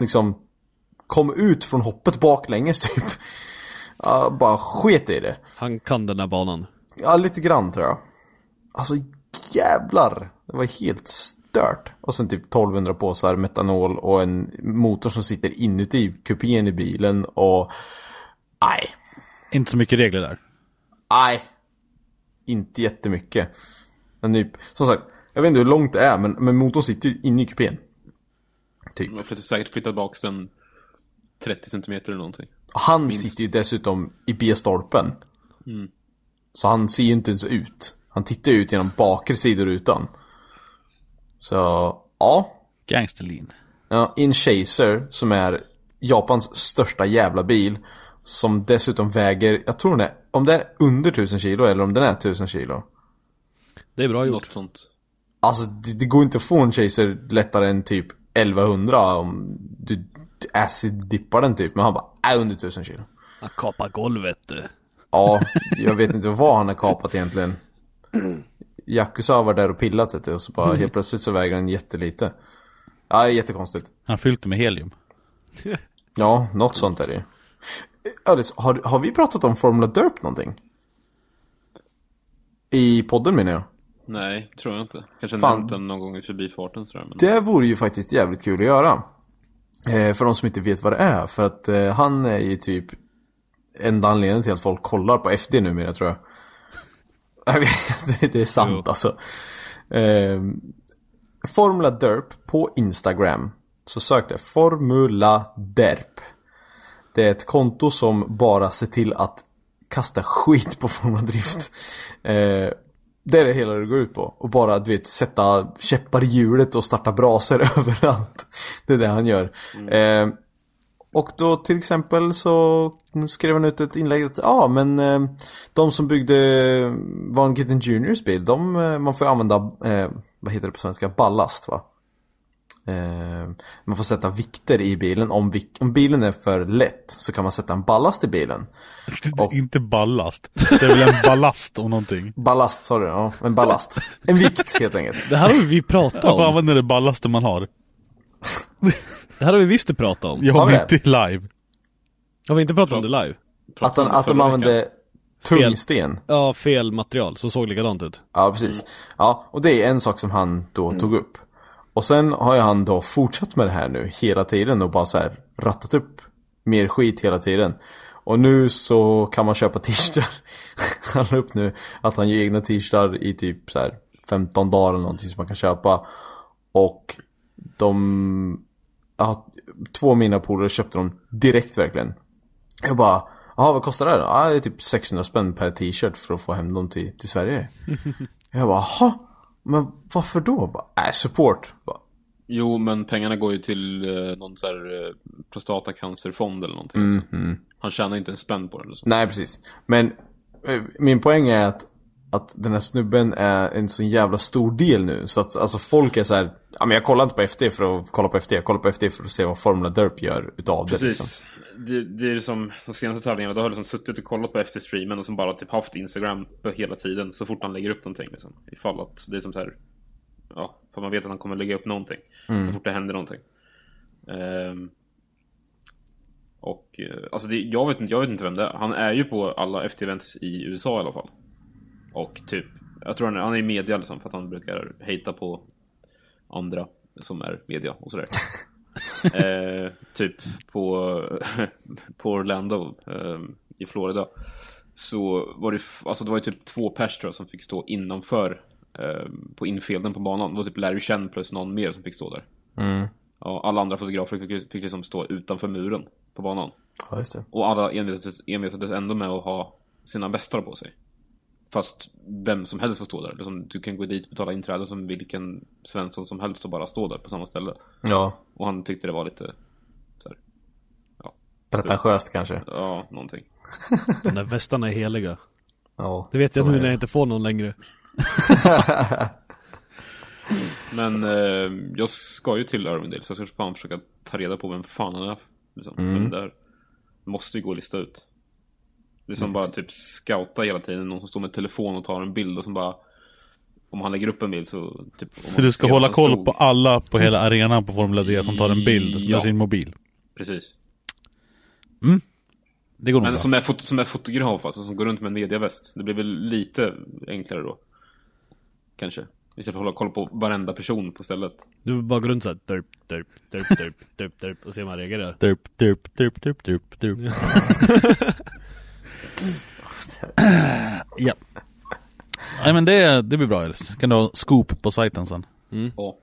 C: liksom kom ut från hoppet baklänges typ. Ja, bara sket i det.
B: Han kan den här banan.
C: Ja, lite grann tror jag. Alltså jävlar. Det var helt stört. Och sen typ 1200 påsar metanol och en motor som sitter inuti kupén i bilen och... Nej.
D: Inte så mycket regler där.
C: Nej. Inte jättemycket. Men typ, som sagt. Jag vet inte hur långt det är men, men motorn sitter ju inne i kupén. Typ.
A: De har flyttat- säkert flyttat bak sen 30 centimeter eller någonting.
C: Han sitter ju dessutom i B-stolpen. Så han ser ju inte ens ut. Han tittar ju ut genom bakre sidorutan. Så, ja.
D: Gangsterlin.
C: Ja, In Chaser som är Japans största jävla bil. Som dessutom väger, jag tror den är, om den är under 1000 kilo eller om den är 1000 kilo.
B: Det är bra
A: Något
B: gjort.
A: sånt.
C: Alltså det, det går inte att få en Chaser lättare än typ 1100 om du acid-dippar den typ. Men han bara, är under 1000 kilo.
B: Han kapar golvet.
C: Ja, jag vet inte vad han har kapat egentligen. Yakuza var där och pillat vet du, och så bara helt plötsligt så väger den jättelite. Ja, det är jättekonstigt.
D: Han har fyllt det med helium.
C: Ja, något sånt är det ju. Alice, har, har vi pratat om Formula Derp någonting? I podden menar jag.
A: Nej, tror jag inte. Kanske
C: Fan.
A: nämnt den någon gång i förbifarten sådär. Men...
C: Det vore ju faktiskt jävligt kul att göra. Eh, för de som inte vet vad det är. För att eh, han är ju typ enda anledningen till att folk kollar på FD numera tror jag. jag. vet, det- det är sant alltså. Eh, Formula Derp på Instagram. Så sökte jag Formula Derp. Det är ett konto som bara ser till att kasta skit på Formula Drift. Eh, det är det hela det går ut på. Och bara, du vet, sätta käppar i hjulet och starta braser överallt. Det är det han gör. Eh, och då till exempel så skrev han ut ett inlägg att ja men eh, de som byggde eh, Van Gitten Juniors bil, de, eh, man får använda, eh, vad heter det på svenska, ballast va? Eh, man får sätta vikter i bilen. Om, vik- om bilen är för lätt så kan man sätta en ballast i bilen. Och-
D: Inte ballast. Det är väl en ballast om någonting.
C: Ballast sa du? Ja, en ballast. En vikt helt enkelt.
B: Det här har vi pratat
D: Man får
B: om.
D: använda det ballaste man har.
B: Det här har vi visst pratat om.
D: Jag
C: Har vi
D: har inte live.
B: Har vi inte pratat om det live?
C: Att,
A: Pratade om
C: han,
A: det
C: att de
A: förra veckan.
C: använde tungsten.
B: Ja, fel material som såg likadant ut.
C: Ja, precis. Ja, och det är en sak som han då tog upp. Och sen har ju han då fortsatt med det här nu hela tiden och bara så här rattat upp mer skit hela tiden. Och nu så kan man köpa t-shirtar. han la upp nu att han gör egna t-shirtar i typ så här 15 dagar eller någonting som man kan köpa. Och de ja, två av mina polare köpte dem direkt verkligen. Jag bara, jaha vad kostar det här då? Ja, det är typ 600 spänn per t-shirt för att få hem dem till, till Sverige. Jag bara, jaha? Men varför då? Jag Bara, äh, support. Jag Bara,
A: Jo, men pengarna går ju till eh, någon så här eh, prostatacancerfond eller någonting.
C: mm,
A: Så.
C: mm.
A: Han tjänar inte en spänn på det. liksom. Eller så.
C: Nej, precis. Men eh, min poäng är att, att den här snubben är en så jävla stor del nu. Så att alltså folk är så här, ja men jag kollar inte på FT för att kolla på FT. Jag kollar på FT för att se vad Formula Derp gör utav det liksom.
A: Precis. Det, det är som de senaste tävlingarna, då har jag liksom suttit och kollat på efter streamen och som bara typ haft Instagram på hela tiden så fort han lägger upp någonting. Liksom. Ifall att det är som så här, ja, för man vet att han kommer lägga upp någonting
F: Mm.
A: så fort det händer någonting. Ehm, och eh, alltså det, jag, vet, inte- jag vet inte vem det är. Han är ju på alla FT-events i USA i alla fall. Och typ, jag tror han är, han är i media liksom för att han brukar hejta på andra som är media och sådär. eh, typ på, på Orlando eh, i Florida. Så var det, f- alltså det var ju typ två pers tror jag, som fick stå innanför eh, på infielden på banan. Det var typ Larry Chen plus någon mer som fick stå där.
C: Mm.
A: Ja, alla andra fotografer fick, fick liksom stå utanför muren på banan.
C: Ja, just det.
A: Och alla envisades, envisades ändå med att ha sina västar på sig. Fast vem som helst får stå där. Liksom, du kan gå dit och betala inträde som vilken Svensson som helst och bara stå där på samma ställe.
C: Ja.
A: Och han tyckte det var lite så här, ja.
C: Pretentiöst kanske.
A: Ja, någonting.
B: De där västarna är heliga.
C: Ja,
B: det vet jag
C: de
B: nu
C: är
B: när jag inte får någon längre.
A: Men eh, jag ska ju till Irvindale så jag ska fan försöka ta reda på vem fan han är. Liksom,
C: Mm.
A: vem det är. Måste ju gå och lista ut. Det är som
C: Mm.
A: bara typ scouta hela tiden. Någon som står med telefon och tar en bild och som bara om han lägger upp en bild så typ om
D: Så
A: man
D: du ska
A: ser att
D: hålla
A: han
D: koll
A: stod-
D: på alla på hela arenan på Formula D som tar en bild med
A: Ja.
D: sin mobil?
A: Precis.
D: Mm. Det går nog
A: Men
D: bra.
A: som är, fot- som är fotograf alltså, som går runt med en mediaväst. Det blir väl lite enklare då. Kanske. Istället för att hålla koll på varenda person på stället.
B: Du vill bara gå runt såhär derp, derp, derp, derp, derp, derp och se om han reagerar.
D: Derp, derp, derp, derp, derp, derp. ja. Nej men det, det blir bra Elis. Kan du ha scoop på sajten sen?
A: Ja.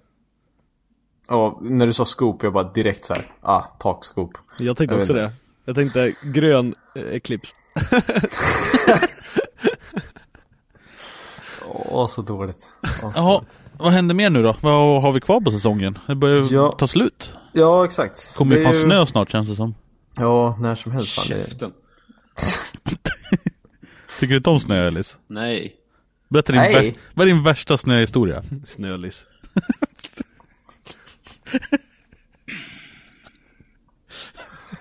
C: Ja, när du sa scoop, jag bara direkt så här, ah, takscoop.
B: Jag tänkte också det. Jag tänkte grön eh, eklips.
C: Åh, så dåligt. Åh, så
D: Jaha, vad händer mer nu då? Vad har vi kvar på säsongen? Det börjar ju
C: Ja.
D: ta slut.
C: Ja, exakt.
D: Kommer ju
C: Det
D: fan
C: är ju-
D: snö snart känns det som.
C: Ja, när som helst fan. Det...
A: Käften.
D: Tycker du inte om snö Elis?
A: Nej.
D: Berätta din,
C: Nej.
D: värst, vad är din värsta snöhistoria?
B: Snölis.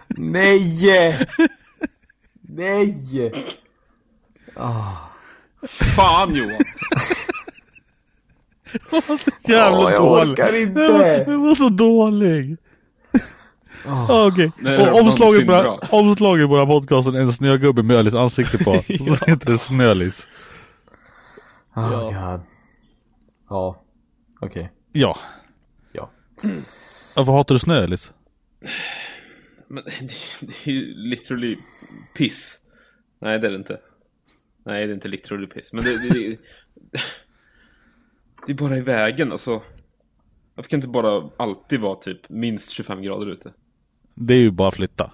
C: Nej! Nej! Ah.
A: Fan Johan!
D: Jävla
C: Åh, jag
D: dålig.
C: orkar inte.
D: Jag var- Jag var så dålig. Ah, Okej,
A: Nej, det
D: och
A: var
D: omslaget
A: någonting
D: på den
A: bra.
D: här- omslaget på den här podcasten är en snögubbe med Ölis ansikte på. Så heter det Snölis.
C: Oh, God. Ja, okej.
D: Ja.
C: Ja.
D: Varför hatar du snö Ölis?
A: Men det, det är ju literally piss. Nej det är det inte. Nej det är inte literally piss. Men det, det, det, det är bara i vägen alltså. Varför kan inte bara alltid vara typ minst 25 grader ute?
D: Det är ju bara att flytta.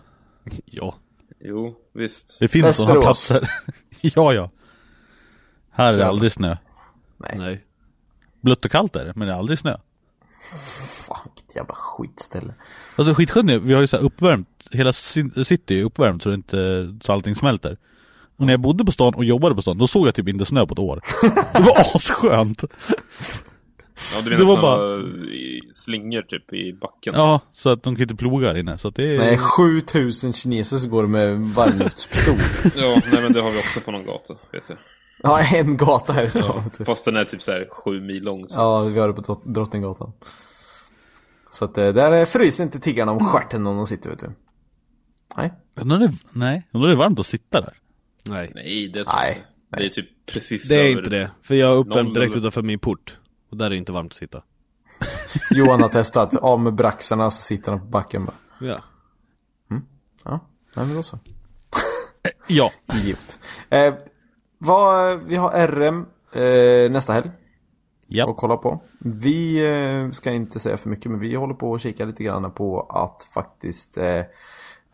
B: Ja.
A: Jo, visst.
D: Det finns sådana
A: Västerås.
D: platser. ja, ja. Här är det
A: Kör.
D: aldrig snö.
C: Nej.
B: Nej.
D: Blött och kallt är det, men det är aldrig snö.
C: Fan, vilket jävla skitställe.
D: Alltså skitskönt är, vi har ju så här uppvärmt, hela ci- city är uppvärmt så, det inte, så allting smälter. Och när jag bodde på stan och jobbade på stan, då såg jag typ inte snö på ett år. Det var asskönt!
A: Ja, du menar
D: Det var
A: såna
D: bara-
A: i- slingor typ i backen?
D: Ja, så att de kan inte ploga här inne. Så att det är...
C: Nej, 7000 kineser som går med varmluftspistol.
A: ja, nej men det har vi också på någon gata, vet jag.
C: ja, en gata här i stan.
A: Ja, fast den är typ så här sju mil lång. Så.
C: Ja, vi har det på Drott- Drottninggatan. Så att eh, där eh, fryser inte tiggarna om stjärten om de sitter, vet du. Nej.
D: Undrar om det, nej, undrar om det är varmt att sitta där.
B: Nej.
A: Nej, det tror jag inte. Det är typ precis
B: Det är
A: över
B: inte det. För jag är
A: noll
B: uppvärmd direkt
A: eller-
B: utanför min port. Och där är det inte varmt att sitta.
C: Johan har testat. Av med braxarna så sitter han på backen bara.
B: Ja.
C: Ja, nej men då så.
D: ja.
C: Givet. Eh, vad, vi har RM eh, nästa helg. att kolla på. Vi eh, ska inte säga för mycket, men vi håller på att kika lite grann på att faktiskt... Eh,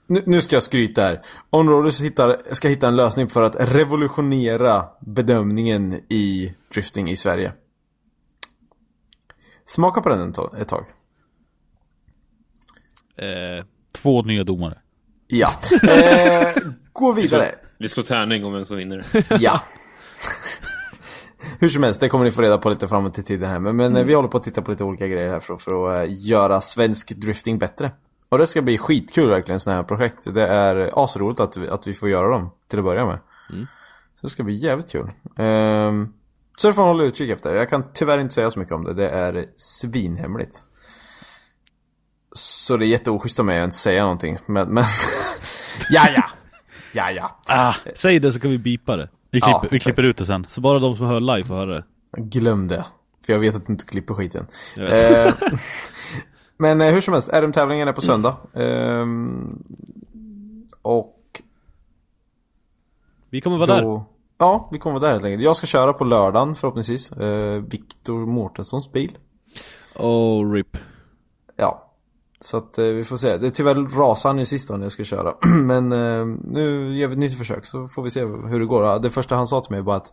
C: nu, nu ska jag skryta här. Onroaders hittar, ska hitta en lösning för att revolutionera bedömningen i drifting i Sverige. Smaka på den ett tag- ett tag.
D: Två nya domare.
C: Ja. Eh, gå vidare.
A: Vi slår tärning om vem som vinner.
C: Ja. Hur som helst, det kommer ni få reda på lite framåt i tiden här. Men, men eh, vi håller på att titta på lite olika grejer här för, att- för att eh, göra svensk drifting bättre. Och det ska bli skitkul verkligen, sådana här projekt. Det är eh, asroligt att vi, att vi får göra dem till att börja med. Så det ska bli jävligt kul. Ehm, så det får man hålla utkik efter. Jag kan tyvärr inte säga så mycket om det. Det är svinhemligt. Så det är jätteoschysst av mig att inte säga någonting. Men, men... ja, ja. Ja, ja.
B: Ah, säg det så kan vi bipa det.
D: Vi klipper, vi klipper ut det sen.
B: Så bara de som hör live får höra det.
C: Glöm det. För jag vet att du inte klipper skiten.
B: Jag vet.
C: Eh, men eh, hur som helst, RM-tävlingen är på söndag. Ehm, och
B: Vi kommer vara där.
C: Ja, vi kommer vara där helt enkelt. Jag ska köra på lördagen förhoppningsvis. Eh, Viktor Mårtenssons bil.
B: Oh, RIP.
C: Ja. Så att eh, vi får se. Det tyvärr rasade han ju sist då när jag skulle köra. Men eh, nu gör vi ett nytt försök så får vi se hur det går. Det första han sa till mig var att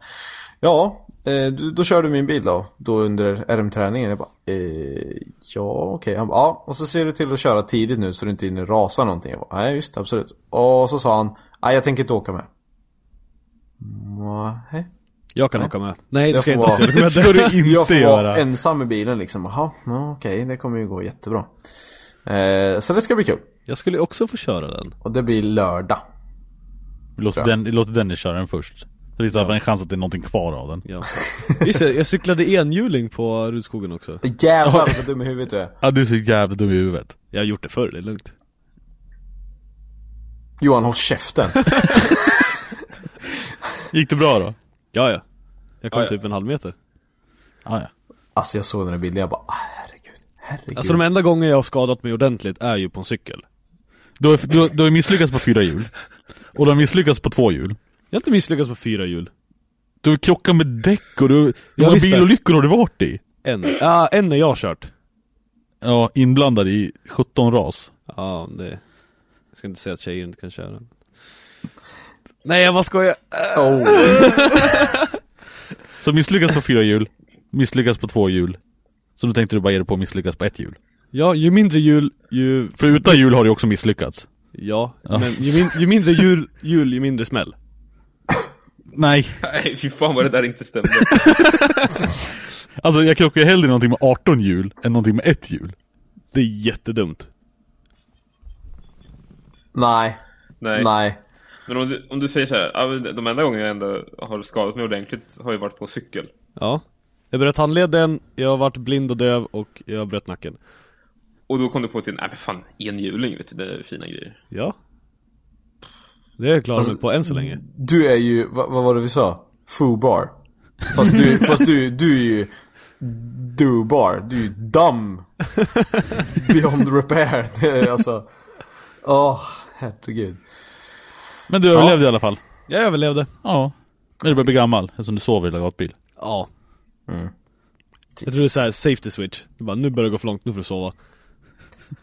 C: Ja, eh, du, då kör du min bil då, då under RM-träningen. Jag bara, eh, ja okej. Han bara, ja. Och så ser du till att köra tidigt nu så du inte hinner rasa någonting. Jag bara, nej visst, absolut. Och så sa han, nej jag tänker inte åka med. Nej.
B: Jag kan åka med. Nej,
C: Så
B: det ska
C: jag
B: jag
C: får
B: inte.
C: vara-
B: Det ska du
C: jag
B: inte
C: får
B: göra.
C: vara ensam i bilen liksom. Jaha, ja, okej, det kommer ju gå jättebra. Eh, så det ska bli kul.
B: Jag skulle också få köra den.
C: Och det blir lördag.
D: Vi låter,
C: Tror jag.
D: den, vi låter Dennis köra den först. Så vi har en chans att det är någonting kvar av den.
B: Ja. Just det, jag cyklade enhjuling på Rudskogen också.
C: Jävlar vad dum i huvudet du är.
D: Ja du är så jävla dum i huvudet.
B: Jag har gjort det förr, det är lugnt.
C: Johan, håll käften.
D: Gick det bra då?
B: Ja, ja. Jag kom
A: Ja, ja.
B: typ en halv meter.
D: Ah, ja.
C: Alltså jag såg den där bilden, jag bara, ah, herregud, herregud.
B: Alltså de enda gånger jag har skadat mig ordentligt är ju på en cykel.
D: Du har, du, har- du har misslyckats på fyra hjul. Och du har misslyckats på två hjul.
B: Jag har inte misslyckats på fyra hjul.
D: Du har krockat med däck och du... Hur
B: Ja,
D: många
B: visst det.
D: bilolyckor har du varit i?
B: En. Ja, en när jag har kört.
D: Ja, inblandad i 17 ras.
B: Ja, det... Jag ska inte säga att tjejer inte kan köra. Nej, jag bara skojar.
D: Så misslyckas på fyra hjul, misslyckas på två hjul. Så nu tänkte du bara ge dig på att misslyckas på ett hjul.
B: Ja, ju mindre hjul, ju...
D: För utan hjul har du också misslyckats.
B: Ja, men ju, min, ju mindre hjul, hjul, ju mindre smäll.
D: Nej,
A: Nej, fy fan vad det där inte stämde.
D: alltså jag krockar ju hellre någonting med 18 hjul än någonting med ett hjul.
B: Det är jättedumt.
C: Nej,
A: Nej.
C: nej.
A: Men om du, om du säger så här, ja, men de enda gångerna jag ändå har skadat mig ordentligt har ju varit på cykel.
B: Ja. Jag bröt handleden, jag har varit blind och döv och jag bröt nacken.
A: Och då kom du på till, nej men fan, enhjuling vet du, det är fina grejer.
B: Ja. Det är jag klar med på än så länge.
C: Du är ju, vad, vad var det vi sa? Foobar. Fast du, fast du, du är ju Dubar. Du är ju dumb. Beyond repair. Det är alltså, åh herregud.
D: Men du överlevde i alla fall.
B: Jag överlevde.
D: Ja. När du börjar bli gammal, eftersom du sover i lilla gatbil.
B: Ja. Mm. Jag tror det är såhär safety switch. Det är bara, nu börjar det gå för långt, nu får du sova.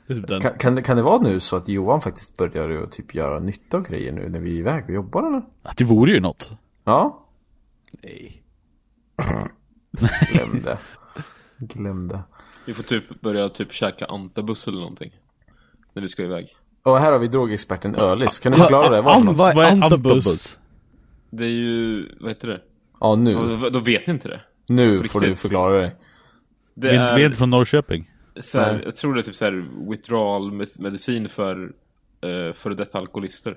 B: Det är typ den.
C: Kan, kan, det- kan det vara nu så att Johan faktiskt börjar ju typ göra nytta av grejer nu när vi är iväg och jobbar eller?
D: Att Det vore ju något.
C: Ja,
B: Nej.
C: glömde. glömde.
A: Vi får typ börja typ käka antabus eller någonting. När vi ska iväg.
C: Och här har vi drogexperten Ölis. Kan du förklara det? Vad för något?
B: Vad är antabus?
D: antabus?
A: Det är ju, vad heter det?
C: Ja, nu.
A: Då, då vet ni inte det.
C: Nu får du
A: Riktigt.
C: förklara dig.
A: Det
D: Vi är vi är
A: är
B: Eh.
D: inte från Norrköping.
A: så här,
C: Nej.
A: jag tror det är typ så här withdrawal med- medicin för eh, före detta alkoholister.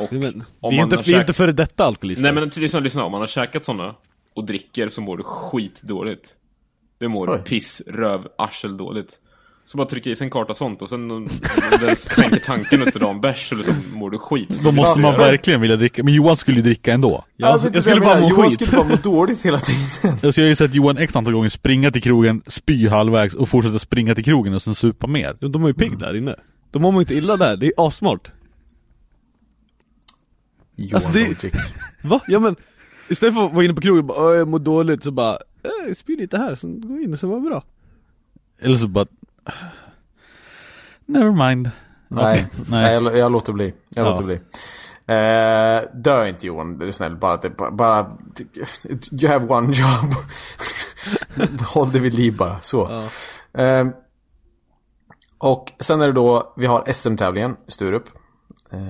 A: Och
B: Nej, Men,
A: om
B: vi är
A: man
B: inte,
A: har
B: vi är
A: käkat-
B: inte före detta alkoholister.
A: Nej men till- lyssna, lyssna. Om man har käkat sådana och dricker så mår du skitdåligt. Du mår
C: Oj.
A: piss, röv, arsel dåligt. Så bara trycka i sig en karta sånt och sen om du ens tänker tanken efter dagen bärs eller så liksom mår du skit.
D: Då måste man verkligen vilja dricka. Men Johan skulle ju dricka ändå.
B: jag,
C: Alltså, det är
B: jag
C: det
B: skulle bara
C: menar.
B: må
C: Johan
B: skit.
C: skulle bara må dåligt hela tiden.
D: Alltså jag har ju sett Johan x antal gånger springa till krogen, spy halvvägs och fortsätta springa till krogen och sen supa mer. Mm.
B: De är ju pigg där inne. De mår ju inte illa där, det är assmart.
C: Johan
B: Alltså, det-
C: Logic.
B: Alltså, Va? Ja men, istället för att vara inne på krogen och bara "Åh, jag mår dåligt så bara eh, sprid lite här, så gå in och så var det bra.
D: Eller så bara... Never mind.
C: Nej,
D: Okej,
C: nej. jag, jag låter bli. Jag
D: Ja.
C: låter bli. Eh, dö inte Johan, du är snäll. Bara, det- bara, bara... You have one job. Håll det vid liv bara, så. Eh, och sen är det då, vi har SM-tävlingen, Sturup. Eh,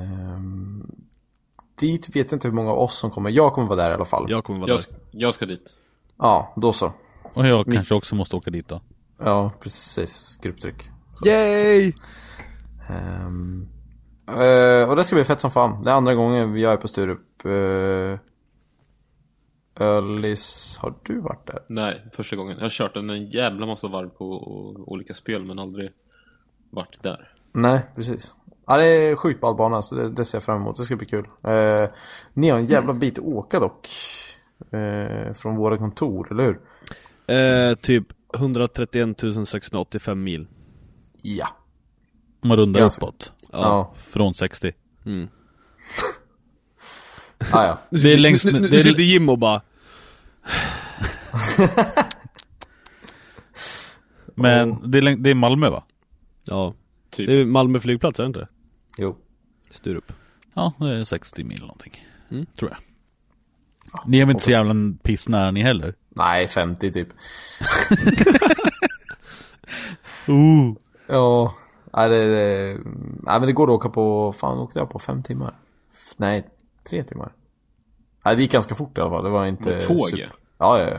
C: dit vet jag inte hur många av oss som kommer. Jag kommer vara där i alla fall.
B: Jag kommer vara
A: Jag, sk- jag ska dit.
C: Ja, då så.
D: Och jag kanske också måste åka dit då.
C: Ja, precis. Grupptryck.
B: Yay!
C: Ehm, eh, och det ska bli fett som fan. Det är andra gången jag är på Sturup. Uh, Ölis, har du varit där?
A: Nej, första gången. Jag har kört en, en jävla massa varv på och, olika spel men aldrig varit där.
C: Nej, precis. Ja, det är sjukt ball bana, så det, det ser jag fram emot. Det ska bli kul. Eh, ni har en jävla bit att åka dock. Eh, från våra kontor, eller hur?
B: Eh, typ 131 685 mil.
C: Ja.
D: Man rundar
C: Ganska.
D: uppåt.
C: Ja.
D: Från 60.
C: Ah, ja.
D: Det är längst
B: Nu, nu,
D: ner.
B: nu
D: Det
B: sitter
D: är,
B: Jim och bara
D: men det är, läng- det är Malmö va?
B: Ja,
A: Typ.
B: det är Malmö flygplats är det inte?
C: Jo.
B: Sturup
D: Ja, det är 60 mil någonting.
B: Mm.
D: Tror jag. Ni är väl inte så jävla pissnära ni heller?
C: Nej, 50 typ.
D: Ooh.
C: Ja. Nej, det, det, nej, men det går att åka på, fan åkte jag på? Fem timmar? F- Nej, tre timmar. Nej, det gick ganska fort i alla fall. Det var inte...
A: Med tåg, ja.
C: Ja, ja, ja.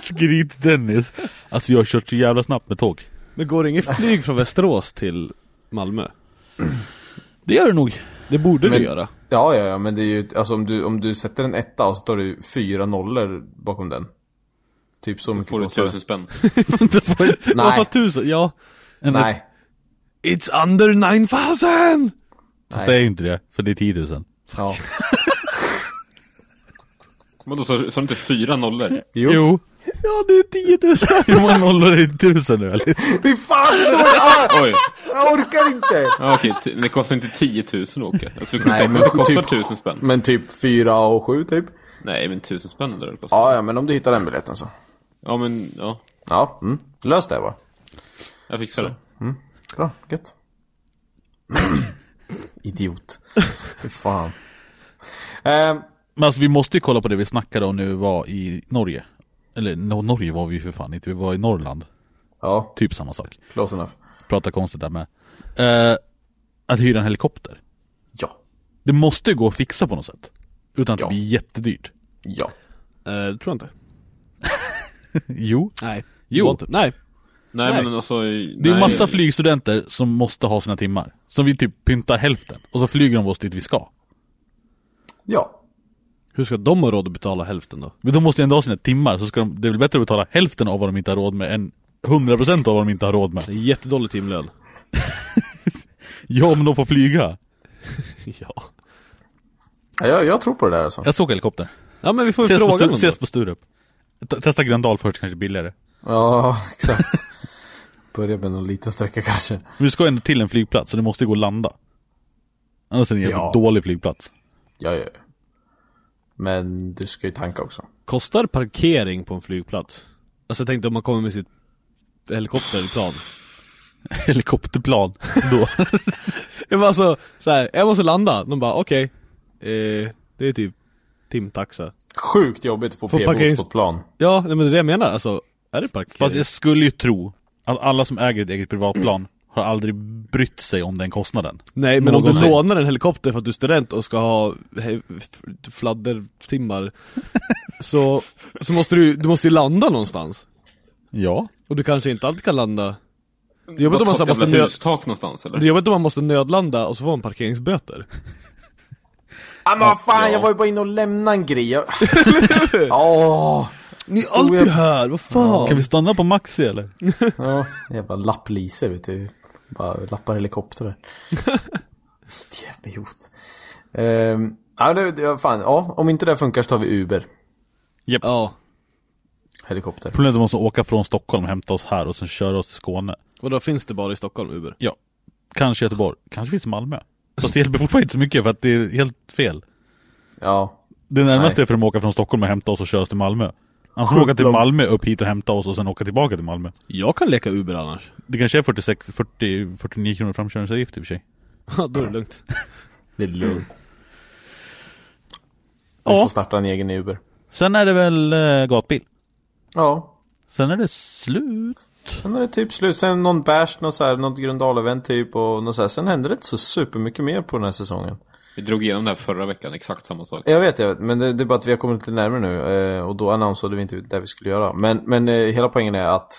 D: Skryt Dennis. Alltså jag har kört så jävla snabbt med tåg.
B: Men går det inget flyg från Västerås till Malmö?
D: Det gör du nog.
B: Det borde
C: Men-
B: det göra
C: Ja, ja, ja, men det är ju, alltså om du, om du sätter en etta och så tar du fyra nollor bakom den. Typ så mycket
A: Får du
C: kostar det.
A: tusen spänn.
D: Det var
C: Nej.
D: inte-
B: Varför tusen? Ja
C: Nej,
B: It's under 9000!
D: Fast det är ju inte det, för det är 10 000.
C: ja.
A: Vadå, sa sa du inte fyra nollor?
C: Jo.
D: Ja det är 10 000! Hur många nollor är det i 1000 nu Alice?
C: Fy fan! det var- ah,
A: Oj!
C: Jag orkar inte!
A: Ja, okej, t- det kostar inte 10 000 att åka. Jag skulle kunna
C: Nej,
A: tänka mig
C: men
A: att det kostar
C: typ-
A: tusen spänn.
C: Men typ fyra och sju typ.
A: Nej, men tusen spänn eller det kostar.
C: Ja, ja, men om du hittar den biljetten så.
A: Ja, men ja.
C: Ja, mm. lös det va.
A: Jag fixar det.
C: Bra, gött. Idiot. Fy fan. Ehm,
D: Men alltså vi måste ju kolla på det vi snackade om när vi var i Norge. Eller no, Norge var vi ju för fan inte, vi var i Norrland.
C: ja,
D: Typ samma sak.
C: close enough.
D: Prata konstigt där med. Eh, att hyra en helikopter.
C: Ja,
D: Det måste ju gå att fixa på något sätt. Utan att
C: Ja.
D: det blir jättedyrt.
C: ja.
B: Eh, det tror jag inte
D: Jo.
B: Nej
D: Jo.
B: Jo Nej
A: Nej,
B: Nej.
A: men alltså...
D: Det är en massa flygstudenter som måste ha sina timmar. Som vi typ pyntar hälften. Och så flyger de oss dit vi ska.
C: Ja.
B: Hur ska de ha råd att betala hälften då?
D: Men de måste ju ändå ha sina timmar, så ska de, det är väl bättre att betala hälften av vad de inte har råd med än 100% av vad de inte har råd med.
B: Det är jättedålig timlön
D: Ja, men de får flyga.
B: Ja
C: Ja, Jag, jag tror på det där alltså.
D: Jag såg helikopter.
B: Ja men vi får ju
D: Ses på,
B: fråga
D: Stu-
B: någon då.
D: ses på Sturup. T- Testa Gröndal först, kanske billigare.
C: Ja, exakt. Börja med någon liten sträcka kanske.
D: Men du ska ju ändå till en flygplats, så det måste ju gå att landa. Annars är det en jävligt
C: Ja.
D: dålig flygplats.
C: Ja, ja. ja. Men du ska ju tanka också.
B: Kostar parkering på en flygplats? Alltså jag tänkte om man kommer med sitt helikopterplan
D: Helikopterplan. Då.
B: Jag bara så, så här, jag måste landa, de bara okej eh, Det är typ timtaxa
C: Sjukt jobbigt att få p-bot
B: parkerings-
C: på ett plan.
B: Ja, nej, men det är det jag menar, alltså Är det parkering?
D: Fast jag skulle ju tro att alla som äger ett eget privatplan har aldrig brytt sig om den kostnaden.
B: Nej men om du
D: Någonsin.
B: lånar en helikopter för att du är student och ska ha he- f- fladdertimmar så, så måste du, du måste ju landa någonstans
D: Ja.
B: Och du kanske inte alltid kan landa Det är jobbigt om man, så här måste, nöd,
A: hustak någonstans eller?
B: det är jobbigt om man måste nödlanda och så får man parkeringsböter
C: Ah, men vad fan, jag var ju bara inne och lämnade en grej. Jag... Åh!
B: Ni är
C: alltid
B: här, vad
D: Kan vi stanna på Maxi eller?
C: Ja, jävla lapplise vet du. Bara lappar helikoptrar. Vilket jävla idiot. Ehm, ja, det, det, fan, ja, om inte det funkar så tar vi Uber.
B: Ja,
C: Helikopter.
D: Problemet är att de måste åka från Stockholm, hämta oss här och sen köra oss till Skåne.
B: vadå finns det bara i Stockholm Uber?
D: Ja. Kanske Göteborg, kanske finns i Malmö. Fast det hjälper fortfarande inte så mycket för att det är helt fel.
C: Ja.
D: Det närmaste
C: Nej.
D: är för att de åker från Stockholm och hämta oss och köra oss till Malmö. Han får åka till
B: långt.
D: Malmö, upp hit och hämta oss och sen åka tillbaka till Malmö.
B: Jag kan leka Uber annars.
D: Det kanske är 46, 40, 49 kronor framkörningsavgift i och för sig.
B: Ja, då är det lugnt.
C: Det är lugnt. Vi
D: Ja.
C: får starta en egen Uber.
D: Sen är det väl eh, gatbil.
C: Ja.
D: Sen är det slut.
C: Sen är det typ slut. Sen någon bärs, något, så här, något Gröndal-event typ och något så här. Sen händer det inte så supermycket mer på den här säsongen.
A: Vi drog igenom det här förra veckan, exakt samma sak.
C: Jag vet, jag vet. Men det, det är bara att vi har kommit lite närmare nu eh, och då annonsade vi inte det vi skulle göra. Men, men eh, hela poängen är att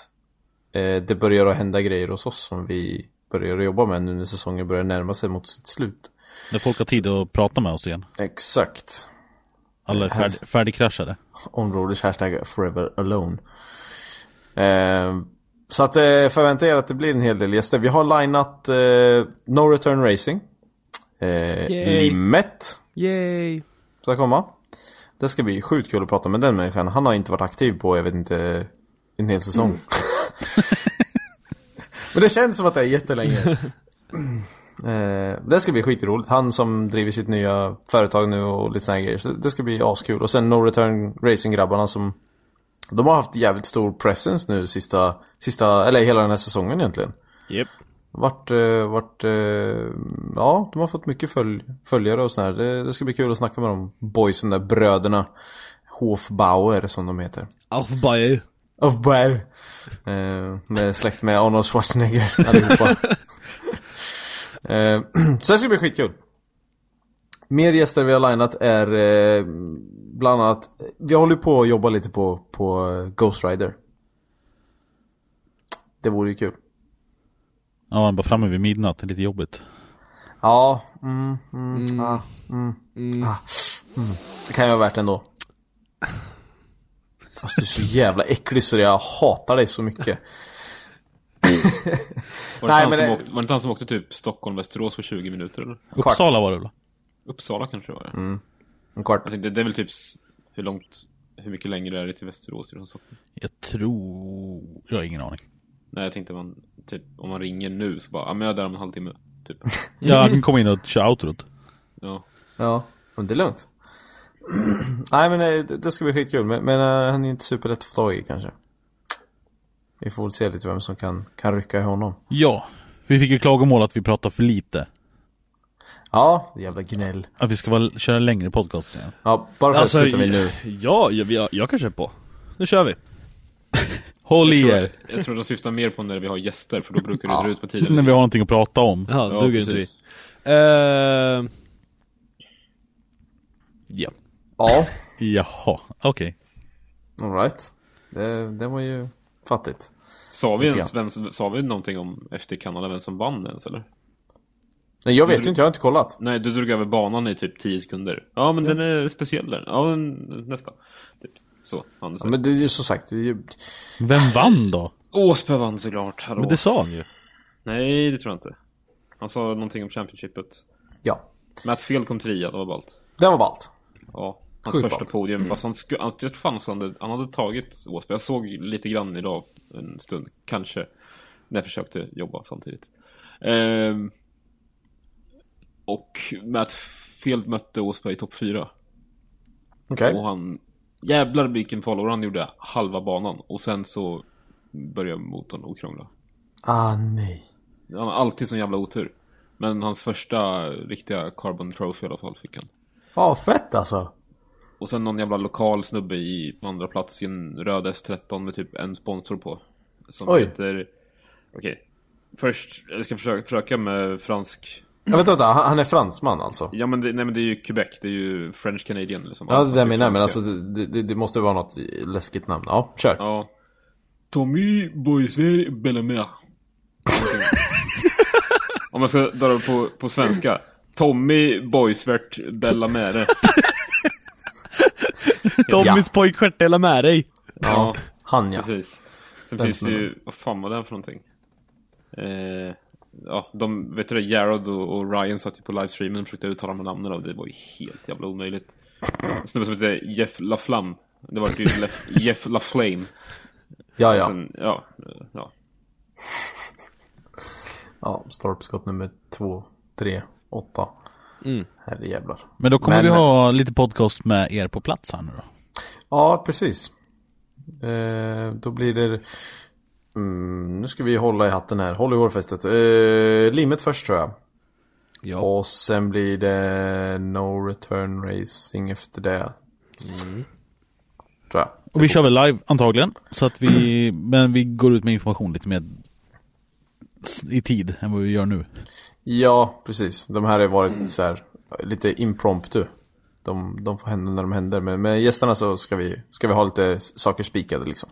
C: eh, det börjar att hända grejer hos oss som vi börjar att jobba med nu när säsongen börjar närma sig mot sitt slut.
D: När folk har tid att prata med oss igen.
C: Exakt.
D: Alla är färdig, färdigkraschade.
C: Områdets hashtag forever alone. Eh, så att eh, förvänta er att det blir en hel del gäster. Vi har linat eh, No Return Racing. Eh,
B: Yay.
C: Limmet
B: Yay!
C: ska komma. Det ska bli sjukt kul att prata med den människan. Han har inte varit aktiv på, jag vet inte, en hel säsong. Men det känns som att det är jättelänge. Eh, det ska bli skitroligt. Han som driver sitt nya företag nu och lite såna här grejer. Så det ska bli askul. Och sen No Return Racing-grabbarna som... De har haft jävligt stor presence nu sista, sista, eller hela den här säsongen egentligen.
B: Yep.
C: Vart, eh, vart, eh, ja de har fått mycket följ, följare och sådär. Det, det ska bli kul att snacka med de boysen där, bröderna. Hofbauer som de heter.
B: Auf bei.
C: Of Bauer. Eh, med släkt med Arnold Schwarzenegger allihopa. eh, så det ska bli skitkul. Mer gäster vi har linat är eh, bland annat, vi håller på att jobba lite på, på eh, Ghost Rider. Det vore ju kul.
D: Ja, han bara framme vid midnatt. Det är lite jobbigt.
C: Ja, mm, mm, Ah, mm, ah, mm. Det kan ju vara värt ändå. Fast du är så jävla äcklig så jag hatar dig så mycket.
A: Var det,
C: Nej,
A: han
C: men
A: som
C: det-
A: åkte, var det inte han som åkte typ Stockholm-Västerås på 20 minuter eller?
D: Uppsala var det väl?
A: Uppsala kanske det var det.
C: Mm. En kvart.
A: Jag tänkte, det är väl typ s- hur långt, hur mycket längre är det till Västerås från Stockholm?
D: Jag tror... Jag har ingen aning.
A: Nej jag tänkte man, typ om man ringer nu så bara, ja men jag är där om en halvtimme. Typ.
D: Jag kan komma in och köra outrot.
A: Ja.
C: Ja, men det är lugnt. Nej men eh, det, det ska bli skitkul, men, men eh, han är inte superlätt att få tag i kanske. Vi får väl se lite vem som kan, kan rycka i honom.
D: Ja. Vi fick ju klagomål att vi pratar för lite.
C: Ja, jävla gnäll.
D: Att vi ska vara, köra längre podcast igen.
C: Ja, bara för
B: Alltså,
C: att slutar vi nu.
B: ja, jag, jag, jag kan köra på. Nu kör vi.
D: Håll i
A: Jag,
D: er!
A: tror, jag tror de syftar mer på när vi har gäster för då brukar det dra ut på tiden.
D: När vi har någonting att prata om.
B: Jaha,
A: Ja,
B: duger inte vi.
A: precis.
B: Eh, ja.
C: Ja,
D: Jaha, okej.
C: alright. Det, det var ju fattigt.
A: Sa vi,
C: Lite
A: ens, vem, som- sa vi någonting om efter Kanada vem som vann ens eller?
C: Nej jag vet ju inte, jag har inte kollat.
A: Nej du drog över banan i typ 10 sekunder. Ja men den är speciell där. Ja men nästa. Typ. Så, Anders.
C: Ja, men det är ju som sagt, det är ju...
D: Vem vann då?
A: Åsberg vann såklart, hallå.
B: Men det sa han ju.
A: Nej det tror jag inte. Han sa någonting om Championshipet.
C: Ja.
A: Matt Field kom trea, det var ballt.
C: Det var ballt.
A: Ja, hans
C: Sjukt
A: första
C: ballt.
B: Mm.
A: podium. Fast han sku, han, jag fan så han, hade, han hade tagit Åsberg. Jag såg lite grann idag en stund, kanske. När jag försökte jobba samtidigt. Ehm, och Matt Field mötte Åsberg i topp fyra.
C: Okej.
A: Och han, jävlar vilken follower han gjorde. Halva banan. Och sen så började motorn att krångla.
C: Ah nej.
A: Han har alltid sån jävla otur. Men hans första riktiga Carbon Trophy i alla fall fick han.
C: Ja, fett alltså.
A: Och sen någon jävla lokal snubbe i på andra plats i en röd S13 med typ en sponsor på. Som
C: Oj.
A: heter... Okej. Först, jag ska försöka, försöka med fransk...
C: Ja, vänta, vänta, han han är fransman alltså?
A: Ja men det, nej men det är ju Quebec, det är ju French Canadian liksom.
C: Ja, det där
A: är
C: menar jag, men
A: franska.
C: alltså det, det, det måste vara något läskigt namn. Ja, kör.
A: Ja. Tommy Boisver Bellemare. Om jag ska dra det på, på svenska. Tommy Boisvert Bellamere.
B: Tommys pojkstjärt delar med dig.
A: Ja,
C: Han ja.
A: precis. Sen
C: Den
A: finns det ju,
C: snubben.
A: vad fan var det för någonting? Eh, ja, de, vet du det, Jared och, och Ryan satt ju på livestreamen och försökte uttala de här namnen och det var ju helt jävla omöjligt. En Snubbe som hette Jeff LaFlamme. Det var ju Lef- Jeff LaFlame.
C: Ja, ja.
A: Sen, ja, eh, ja.
C: ja Stolpskott nummer två, tre, åtta.
B: Mm.
C: Herrejävlar.
D: Men då kommer
C: Men-
D: vi ha lite podcast med er på plats här nu då.
C: Ja, precis. Eh, då blir det... Mm, nu ska vi hålla i hatten här. Håll i hårfästet. Eh, limmet först tror jag.
B: Ja.
C: Och sen blir det No Return Racing efter det. Tror jag.
D: Och vi kör väl live antagligen. Så att vi, men vi går ut med information lite mer s- i tid än vad vi gör nu.
C: Ja, precis. De här har varit så här, lite impromptu. De, de får hända när de händer. Men med gästerna så ska vi, ska vi ha lite s- saker spikade liksom.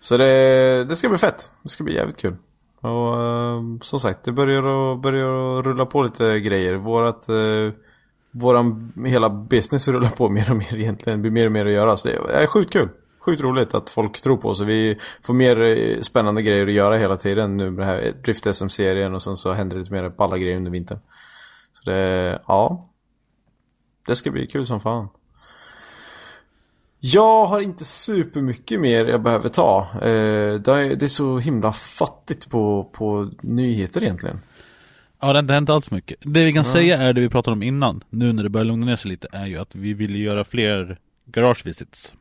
C: Så det, det ska bli fett. Det ska bli jävligt kul. Och eh, som sagt, det börjar att, börjar att rulla på lite grejer. Vårat, eh, våran hela business rullar på mer och mer egentligen. Det blir mer och mer att göra. Så det är sjukt kul. Sjukt roligt att folk tror på oss. och Vi får mer eh, spännande grejer att göra hela tiden nu med den här Drift SM-serien och sen så händer det lite mer balla grejer under vintern. Så det, ja. Det ska bli kul som fan. Jag har inte supermycket mer jag behöver ta. Eh, det är det är så himla fattigt på, på nyheter egentligen.
D: Ja, det har inte hänt alls mycket. Det vi kan säga är det vi pratade om innan, nu när det börjar lugna ner sig lite, är ju att vi vill göra fler garage visits.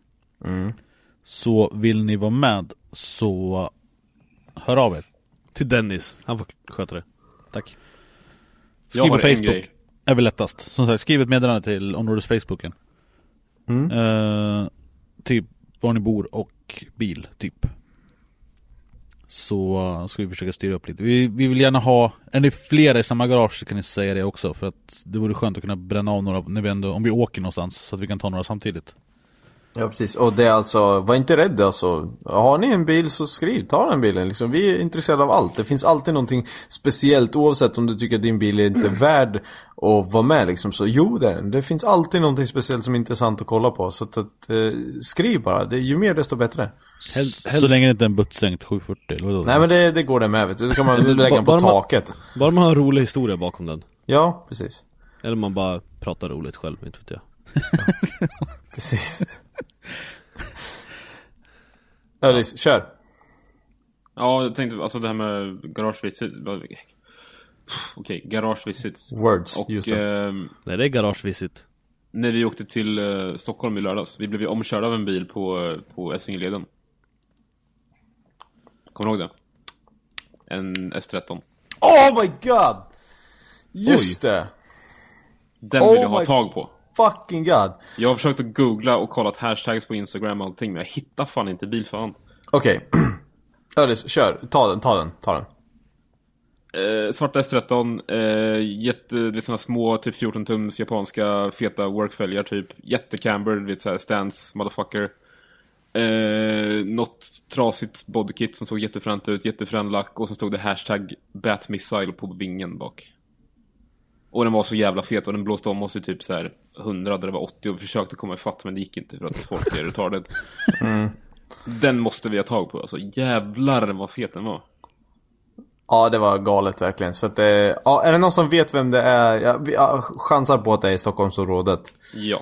D: Så vill ni vara med så hör av er.
B: Till Dennis, han får sköta det. Tack.
D: Skriv på
A: har en
D: Facebook,
A: grej.
D: är väl lättast. Som sagt, skriv ett meddelande till områdets Facebooken. Eh, typ var ni bor och bil, typ. Så eh, ska vi försöka styra upp lite. Vi, vi vill gärna ha, är ni flera i samma garage så kan ni säga det också. För att det vore skönt att kunna bränna av några, när vi ändå, om vi åker någonstans, så att vi kan ta några samtidigt.
C: Ja precis, och det är alltså, var inte rädd alltså. Har ni en bil så skriv, ta den bilen liksom. Vi är intresserade av allt. Det finns alltid någonting speciellt oavsett om du tycker att din bil är inte värd att vara med liksom. Så jo det är den. Det finns alltid någonting speciellt som är intressant att kolla på. Så att, att eh, skriv bara. Det, ju mer desto bättre.
B: Helst,
D: Så länge det inte är en buttsänkt 740 eller vadå?
C: Nej men det, det går det med vet du. Då kan man lägga den på
B: Bara man-
C: taket.
B: Bara man har en rolig historia bakom den.
C: Ja, precis.
B: Eller man bara pratar roligt själv, inte vet jag.
C: Precis. Alice, kör.
A: Ja, jag tänkte alltså det här med garagevisits. vad- Okej, garagevisits.
C: Words, just
A: Och
C: det.
A: ehm,
B: Nej det är garagevisit.
A: när vi åkte till eh, Stockholm i lördags, vi blev ju omkörda av en bil på, eh, på Essingeleden. Kommer du ihåg det? En S13.
C: Oh my god! Just det!
A: Den
C: Oh
A: vill jag ha
C: my-
A: tag på.
C: Fucking god!
A: Jag har försökt att googla och kollat hashtags på Instagram och allting, men jag hittar fan inte bilföraren.
C: Okej. Ölis, kör. Ta den, ta den, ta den.
A: Eh, svarta S13, eh, jätte, du vet, såna små, typ 14-tums japanska feta workfälgar typ. Jättecamber, du vet såhär stance, motherfucker. Eh, något trasigt bodykit som såg jättefränt ut, jättefrän lack och så stod det hashtag Batmissile på vingen bak. Och den var så jävla fet och den blåste om oss i typ så här 100 där det var 80 och vi försökte komma ifatt men det gick inte för att folk är retarded. Den måste vi ha tag på alltså, jävlar vad fet den var.
C: Ja, det var galet verkligen. Så att, eh, ja, är det någon som vet vem det är? Jag, vi, jag chansar på att det är i Stockholmsområdet.
A: Ja.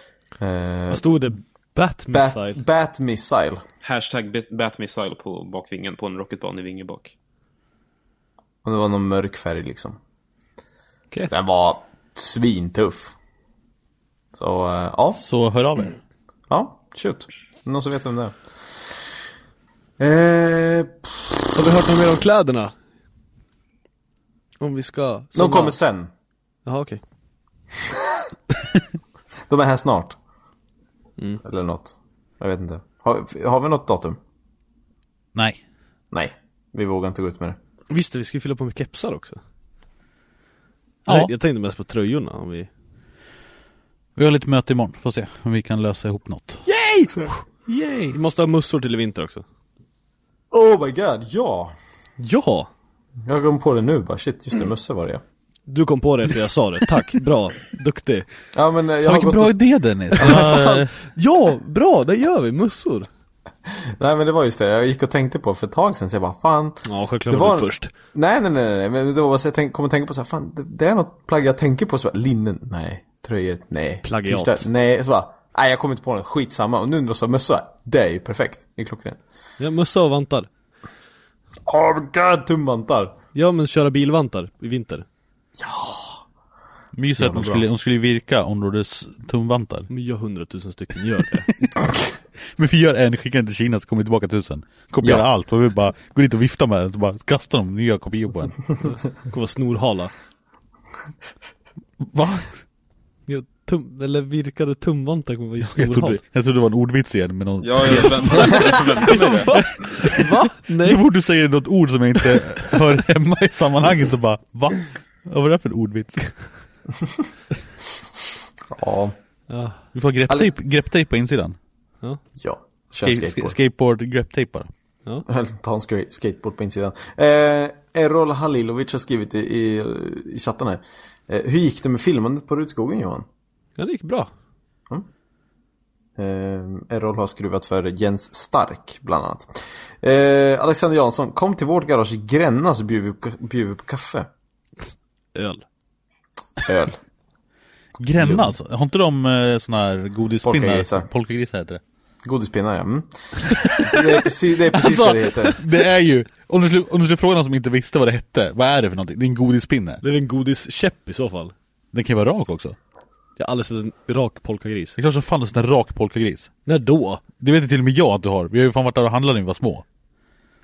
C: Eh,
B: Vad stod det? Bat
C: bat,
B: missile?
C: bat Missile.
A: Hashtag bat- Batmissile på bakvingen på en rocketbana i vinge bak.
C: Och det var någon mörk färg liksom.
B: Okej.
C: Den var svintuff. Så, eh, ja.
D: Så hör av er.
C: Ja, shoot. Någon som vet vem det är? Eh,
B: Har vi hört något mer om kläderna? Om vi ska...
C: de
B: såna-
C: kommer sen.
B: Jaha okej.
C: De är här snart.
B: Mm.
C: Eller något. Jag vet inte. Har, har vi något datum?
D: Nej.
C: Nej, vi vågar inte gå ut med det.
B: Visst det, vi ska ju fylla på med kepsar också.
D: Ja.
B: Nej, jag tänkte mest på tröjorna om vi...
D: Vi har lite möte imorgon, får se om vi kan lösa ihop något.
B: Yay! Vi måste ha mössor till i vinter också.
C: Oh my god, ja! Mm.
B: Ja!
C: Jag kom på det nu bara, shit just det, mössa var det ja.
B: Du kom på det efter jag sa det, tack, bra, duktig
C: Ja men eh, jag har
D: Fan, vilken
C: gått
D: bra
C: och...
D: idé Dennis! Ja,
B: Ja, bra, det gör vi, mössor!
C: Nej men det var just det, jag gick och tänkte på för ett tag sedan så jag bara fan.
B: Ja,
C: Det
B: självklart
C: var-
B: var du först
C: Nej nej nej, nej. men det var bara så jag tänk, kom och tänkte på så här, fan det, det är något plagg jag tänker på så bara, linnen, nej. Tröjor, nej.
B: Plagiat.
C: T-shirt, nej. Så bara, nej jag kommer inte på något, skitsamma. Och nu när du sa mössa, det är ju perfekt. Det är klockrent.
B: Ja, mössa och vantar
C: Oh my god, tumvantar.
B: Ja men köra bilvantar i vinter
D: Men just
B: Så
D: att
B: jävla
D: de
B: bra.
D: skulle, de skulle ju virka områdes tumvantar
B: Men gör hundratusen stycken, gör det.
D: Men vi gör en, skickar den till Kina så kommer vi tillbaka tusen Kopierar
B: Ja.
D: allt, och vi bara går dit och viftar med den, och bara kastar de nya kopior på en
B: Kommer vara snorhala.
D: Va?
B: Jag tum, eller virkade tumvantar kommer vara
D: jag
B: snorhala.
D: trodde, jag trodde det var en ordvits igen med någon
B: Ja, jag väntade- jag väntade mig det.
D: Va?
B: Va?
D: Nej. Så fort du säger något ord som jag inte hör hemma i sammanhanget så bara va? Vad var det där för en ordvits?
C: Ja.
D: Vi får grepptejp, grepptejp på insidan
B: Ja,
C: Alltså- ja. Kör
D: Skate,
C: skateboard.
D: skateboard, skateboard grepptejp bara
B: Ja.
C: Ta en skate- skateboard på insidan. Eh, Errol Halilovic har skrivit i, i, i chatten här. Eh, hur gick det med filmandet på Rutskogen Johan?
B: Ja, det gick bra.
C: Eh, Errol har skruvat för Jens Stark bland annat. Eh, Alexander Jansson, kom till vårt garage i Gränna så bjuder vi, på- bjuder vi på kaffe.
B: Öl.
C: Öl.
D: Gränna alltså, har inte de eh, såna här godispinnar?
C: Polkagrisar.
D: Polkagrisar heter det
C: Godispinnar ja. Mm. Det är precis, det, är precis
D: Alltså,
C: vad det heter.
D: det är ju, om du, skulle, om du skulle fråga någon som inte visste vad det hette, vad är det för någonting? Det är en godispinne
B: Det är väl en godiskäpp i så fall.
D: Den kan ju vara rak också
B: Jag har aldrig sett en rak polkagris.
D: Det är klart som fan du har sett en rak polkagris
B: När då?
D: Det vet ju till och med jag att du har, vi har ju fan varit där och handlat när vi var små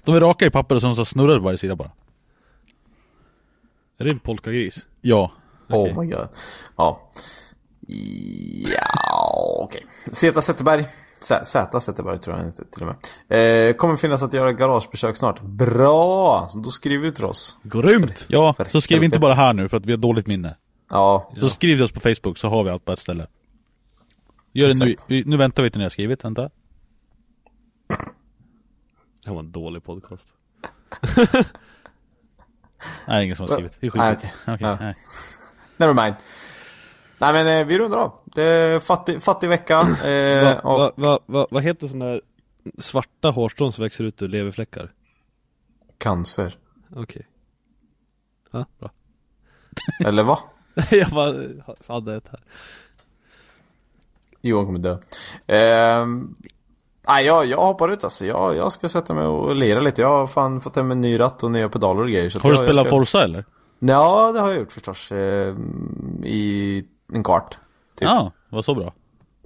D: De är raka i papper och sen så snurrar det på varje sida bara
B: Är det en polkagris?
D: Ja
C: Oh my god. Ja. Ja, okej. Zeta Zetterberg. Z- Zäta Zetterberg tror jag inte till och med. Eh, kommer finnas att göra garagebesök snart. Bra! Så då skriver du till oss.
B: Grymt!
D: Ja, så skriv inte bara här nu för att vi har dåligt minne
C: Ja,
D: Så skriv till oss på Facebook så har vi allt på ett ställe Gör det nu, Vi- nu väntar vi till ni har skrivit, vänta
B: Det här var en dålig podcast.
D: Nej, ingen som har skrivit, vi
C: Nej,
D: skiter i
C: okej.
D: det. Okej,
C: Ja.
D: nej.
C: never mind. Nej men eh, vi rundar av. Det är fattig, fattig vecka. Eh,
B: Va,
C: och
B: va, va, va, vad heter sån där svarta hårstrån som växer ut ur leverfläckar?
C: cancer.
B: Okej. Ja, bra.
C: Eller vad?
B: jag bara hade ett här.
C: Johan kommer dö. Ehm, nej, jag, jag hoppar ut alltså. Jag, jag ska sätta mig och lira lite. Jag har fan fått hem en ny ratt och nya pedaler och grejer. Så att
D: Har du
C: jag, jag
D: spelat
C: ska-
D: Forza eller?
C: Ja, det har jag gjort förstås. ehm, I en kvart. Typ.
D: Ja, var så bra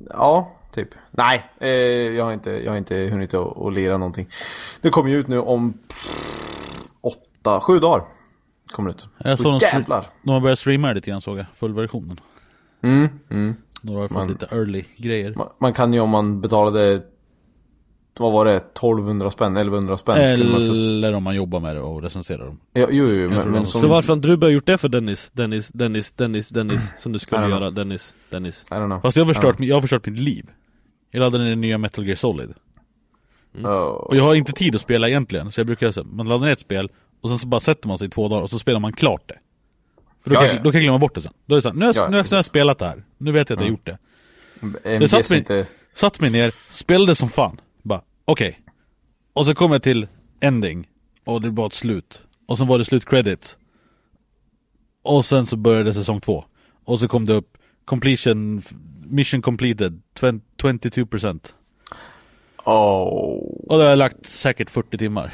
C: Ja, typ. Nej, eh, jag, har inte, jag har inte hunnit att, att lira någonting. Det kommer ju ut nu om åtta, sju dagar. Kommer det ut.
D: Jag
C: Så
D: såg de,
C: jävlar.
D: de har börjat streama det lite grann såg jag, fullversionen
C: Mm, mm.
D: Några har fått
C: Man-
D: lite early grejer
C: Man, man kan ju om man betalade, vad var det, 1200 spänn, 1100 spänn. skulle man få...
D: Eller om man jobbar med det och recenserar dem
C: ja, jo, jo, men, men som...
B: Så varför har inte du börjat gjort det för Dennis? Dennis, Dennis, Dennis, Dennis. Som du
C: I
B: skulle
C: don't know.
B: göra. Dennis, Dennis.
C: I don't know.
D: Fast jag har förstört, jag har förstört mitt liv Jag laddade ner den nya Metal Gear Solid
C: Oh.
D: Och jag har inte tid att spela egentligen, så jag brukar göra så här, man laddar ner ett spel och sen så bara sätter man sig i två dagar och så spelar man klart det. För då,
C: Ja,
D: kan, jag-
C: ja.
D: då kan jag glömma bort det sen. Då är det så här, nu, har
C: Ja,
D: jag, nu, har jag, nu har jag spelat det här, nu vet jag att jag har gjort det. Så jag
C: MGS
D: satt mig,
C: inte...
D: satt mig ner, spelade som fan, bara okej. Och så kom jag till ending, och det var ett slut. Och sen var det slutcredits. Och sen så började säsong två. Och så kom det upp completion, mission completed, 20, 22%.
C: Åh,
D: Och då har jag lagt säkert 40 timmar.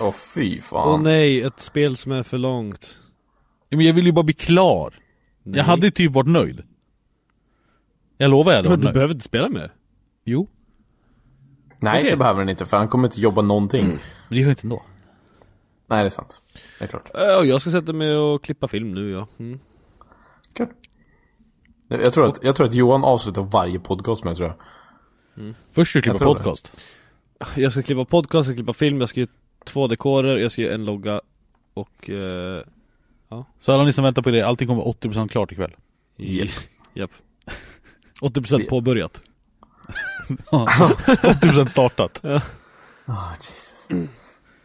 C: Åh, fy
B: Åh
C: fan.
B: nej, ett spel som är för långt.
D: Ja, Men jag vill ju bara bli klar. Jag hade ju typ varit nöjd. Jag lovar jag hade
B: Men
D: varit
B: du
D: nöjd.
B: behöver inte spela mer.
D: Jo,
C: Nej,
B: Okej.
C: det behöver den inte, för han kommer inte jobba någonting.
D: men det gör jag inte ändå.
C: Nej, det är sant. Det är klart.
B: Eh, och Jag ska sätta mig och klippa film nu ja. Mm.
C: Kul. Jag tror, att, jag tror att Johan avslutar varje podcast med, tror jag.
D: Först ska jag klippa
C: tror det.
D: podcast.
B: Jag ska klippa podcast, jag ska klippa film, jag ska göra två dekorer, jag ska göra en logga och... eh,
D: Så alla ni som väntar på det, allting kommer vara 80% klart ikväll.
B: i- Japp. 80% påbörjat.
D: 80% startat.
C: Ah, Jesus.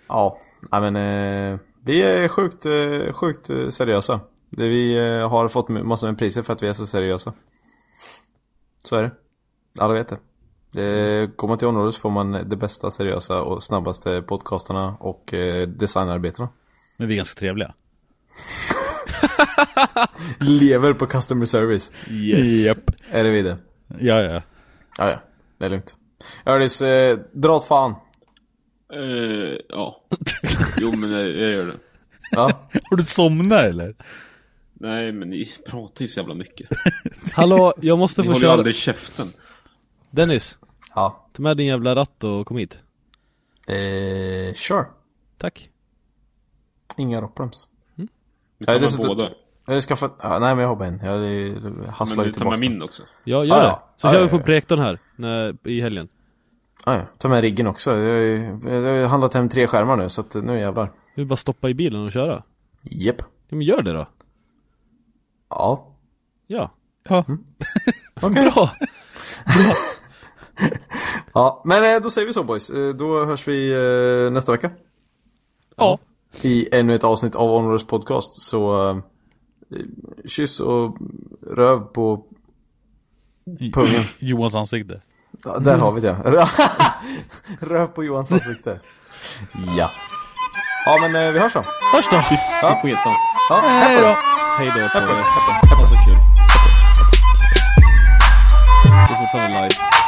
C: Ja, nej, men eh, vi är sjukt, eh, sjukt eh, seriösa. Det, vi eh, har fått m- massor med priser för att vi är så seriösa. Så är det. Alla vet det. det kommer man till området så får man det bästa, seriösa och snabbaste podcastarna och eh, designarbetena.
D: Men vi är ganska trevliga.
C: Lever på customer service.
D: Yes. Japp.
C: Är det vi det?
D: Ja, ja.
C: Ja, ja. Det är lugnt. Ördis, eh, dra åt fan.
A: Eh, ja. Jo men jag, jag gör det.
C: Ja.
D: Har du somnat eller?
A: Nej, men ni pratar ju så jävla mycket.
B: Hallå, jag måste
A: ni
B: få
A: håller ju
B: köra-
A: aldrig käften.
B: Dennis!
C: Ja?
B: Ta med din jävla ratt och kom hit.
C: Eh, sure.
B: Tack.
C: Inga rockbroms. Mm.
A: Vi tar med båda.
C: Jag ska få... Ja, nej men jag hoppar in. Jag eh, hasslar
A: Men
C: ju
A: du tar
C: tillbaka
A: med min också.
B: Ja,
C: Ah,
B: gör det.
C: ja.
B: Så
C: Ah,
B: kör
C: ja,
B: vi på
C: ja, ja.
B: prektorn här, när, i helgen.
C: Ah, ja. Ta med riggen också. Jag har ju- jag har ju handlat hem tre skärmar nu så att nu jävlar.
B: Du vill bara stoppa i bilen och köra.
C: Jep.
B: Ja, men gör det då.
C: Ja.
B: Ja.
D: Ja.
C: Okej.
B: Bra!
C: Ja, men eh, då säger vi så boys. Eh, Då hörs vi eh, nästa vecka.
D: Ja.
C: I ännu ett avsnitt av Onroads podcast. Så eh, kyss och röv på... Pungen.
D: Johans ansikte.
C: Ja, där har vi det. röv på Johans ansikte. Ja. Ja men eh, vi hörs då.
D: Hörs då!
A: Ja. Skit då.
C: Ja, hej då.
B: Hej då på
C: Hej då.
B: er.
A: Det var så kul. Det är fortfarande live.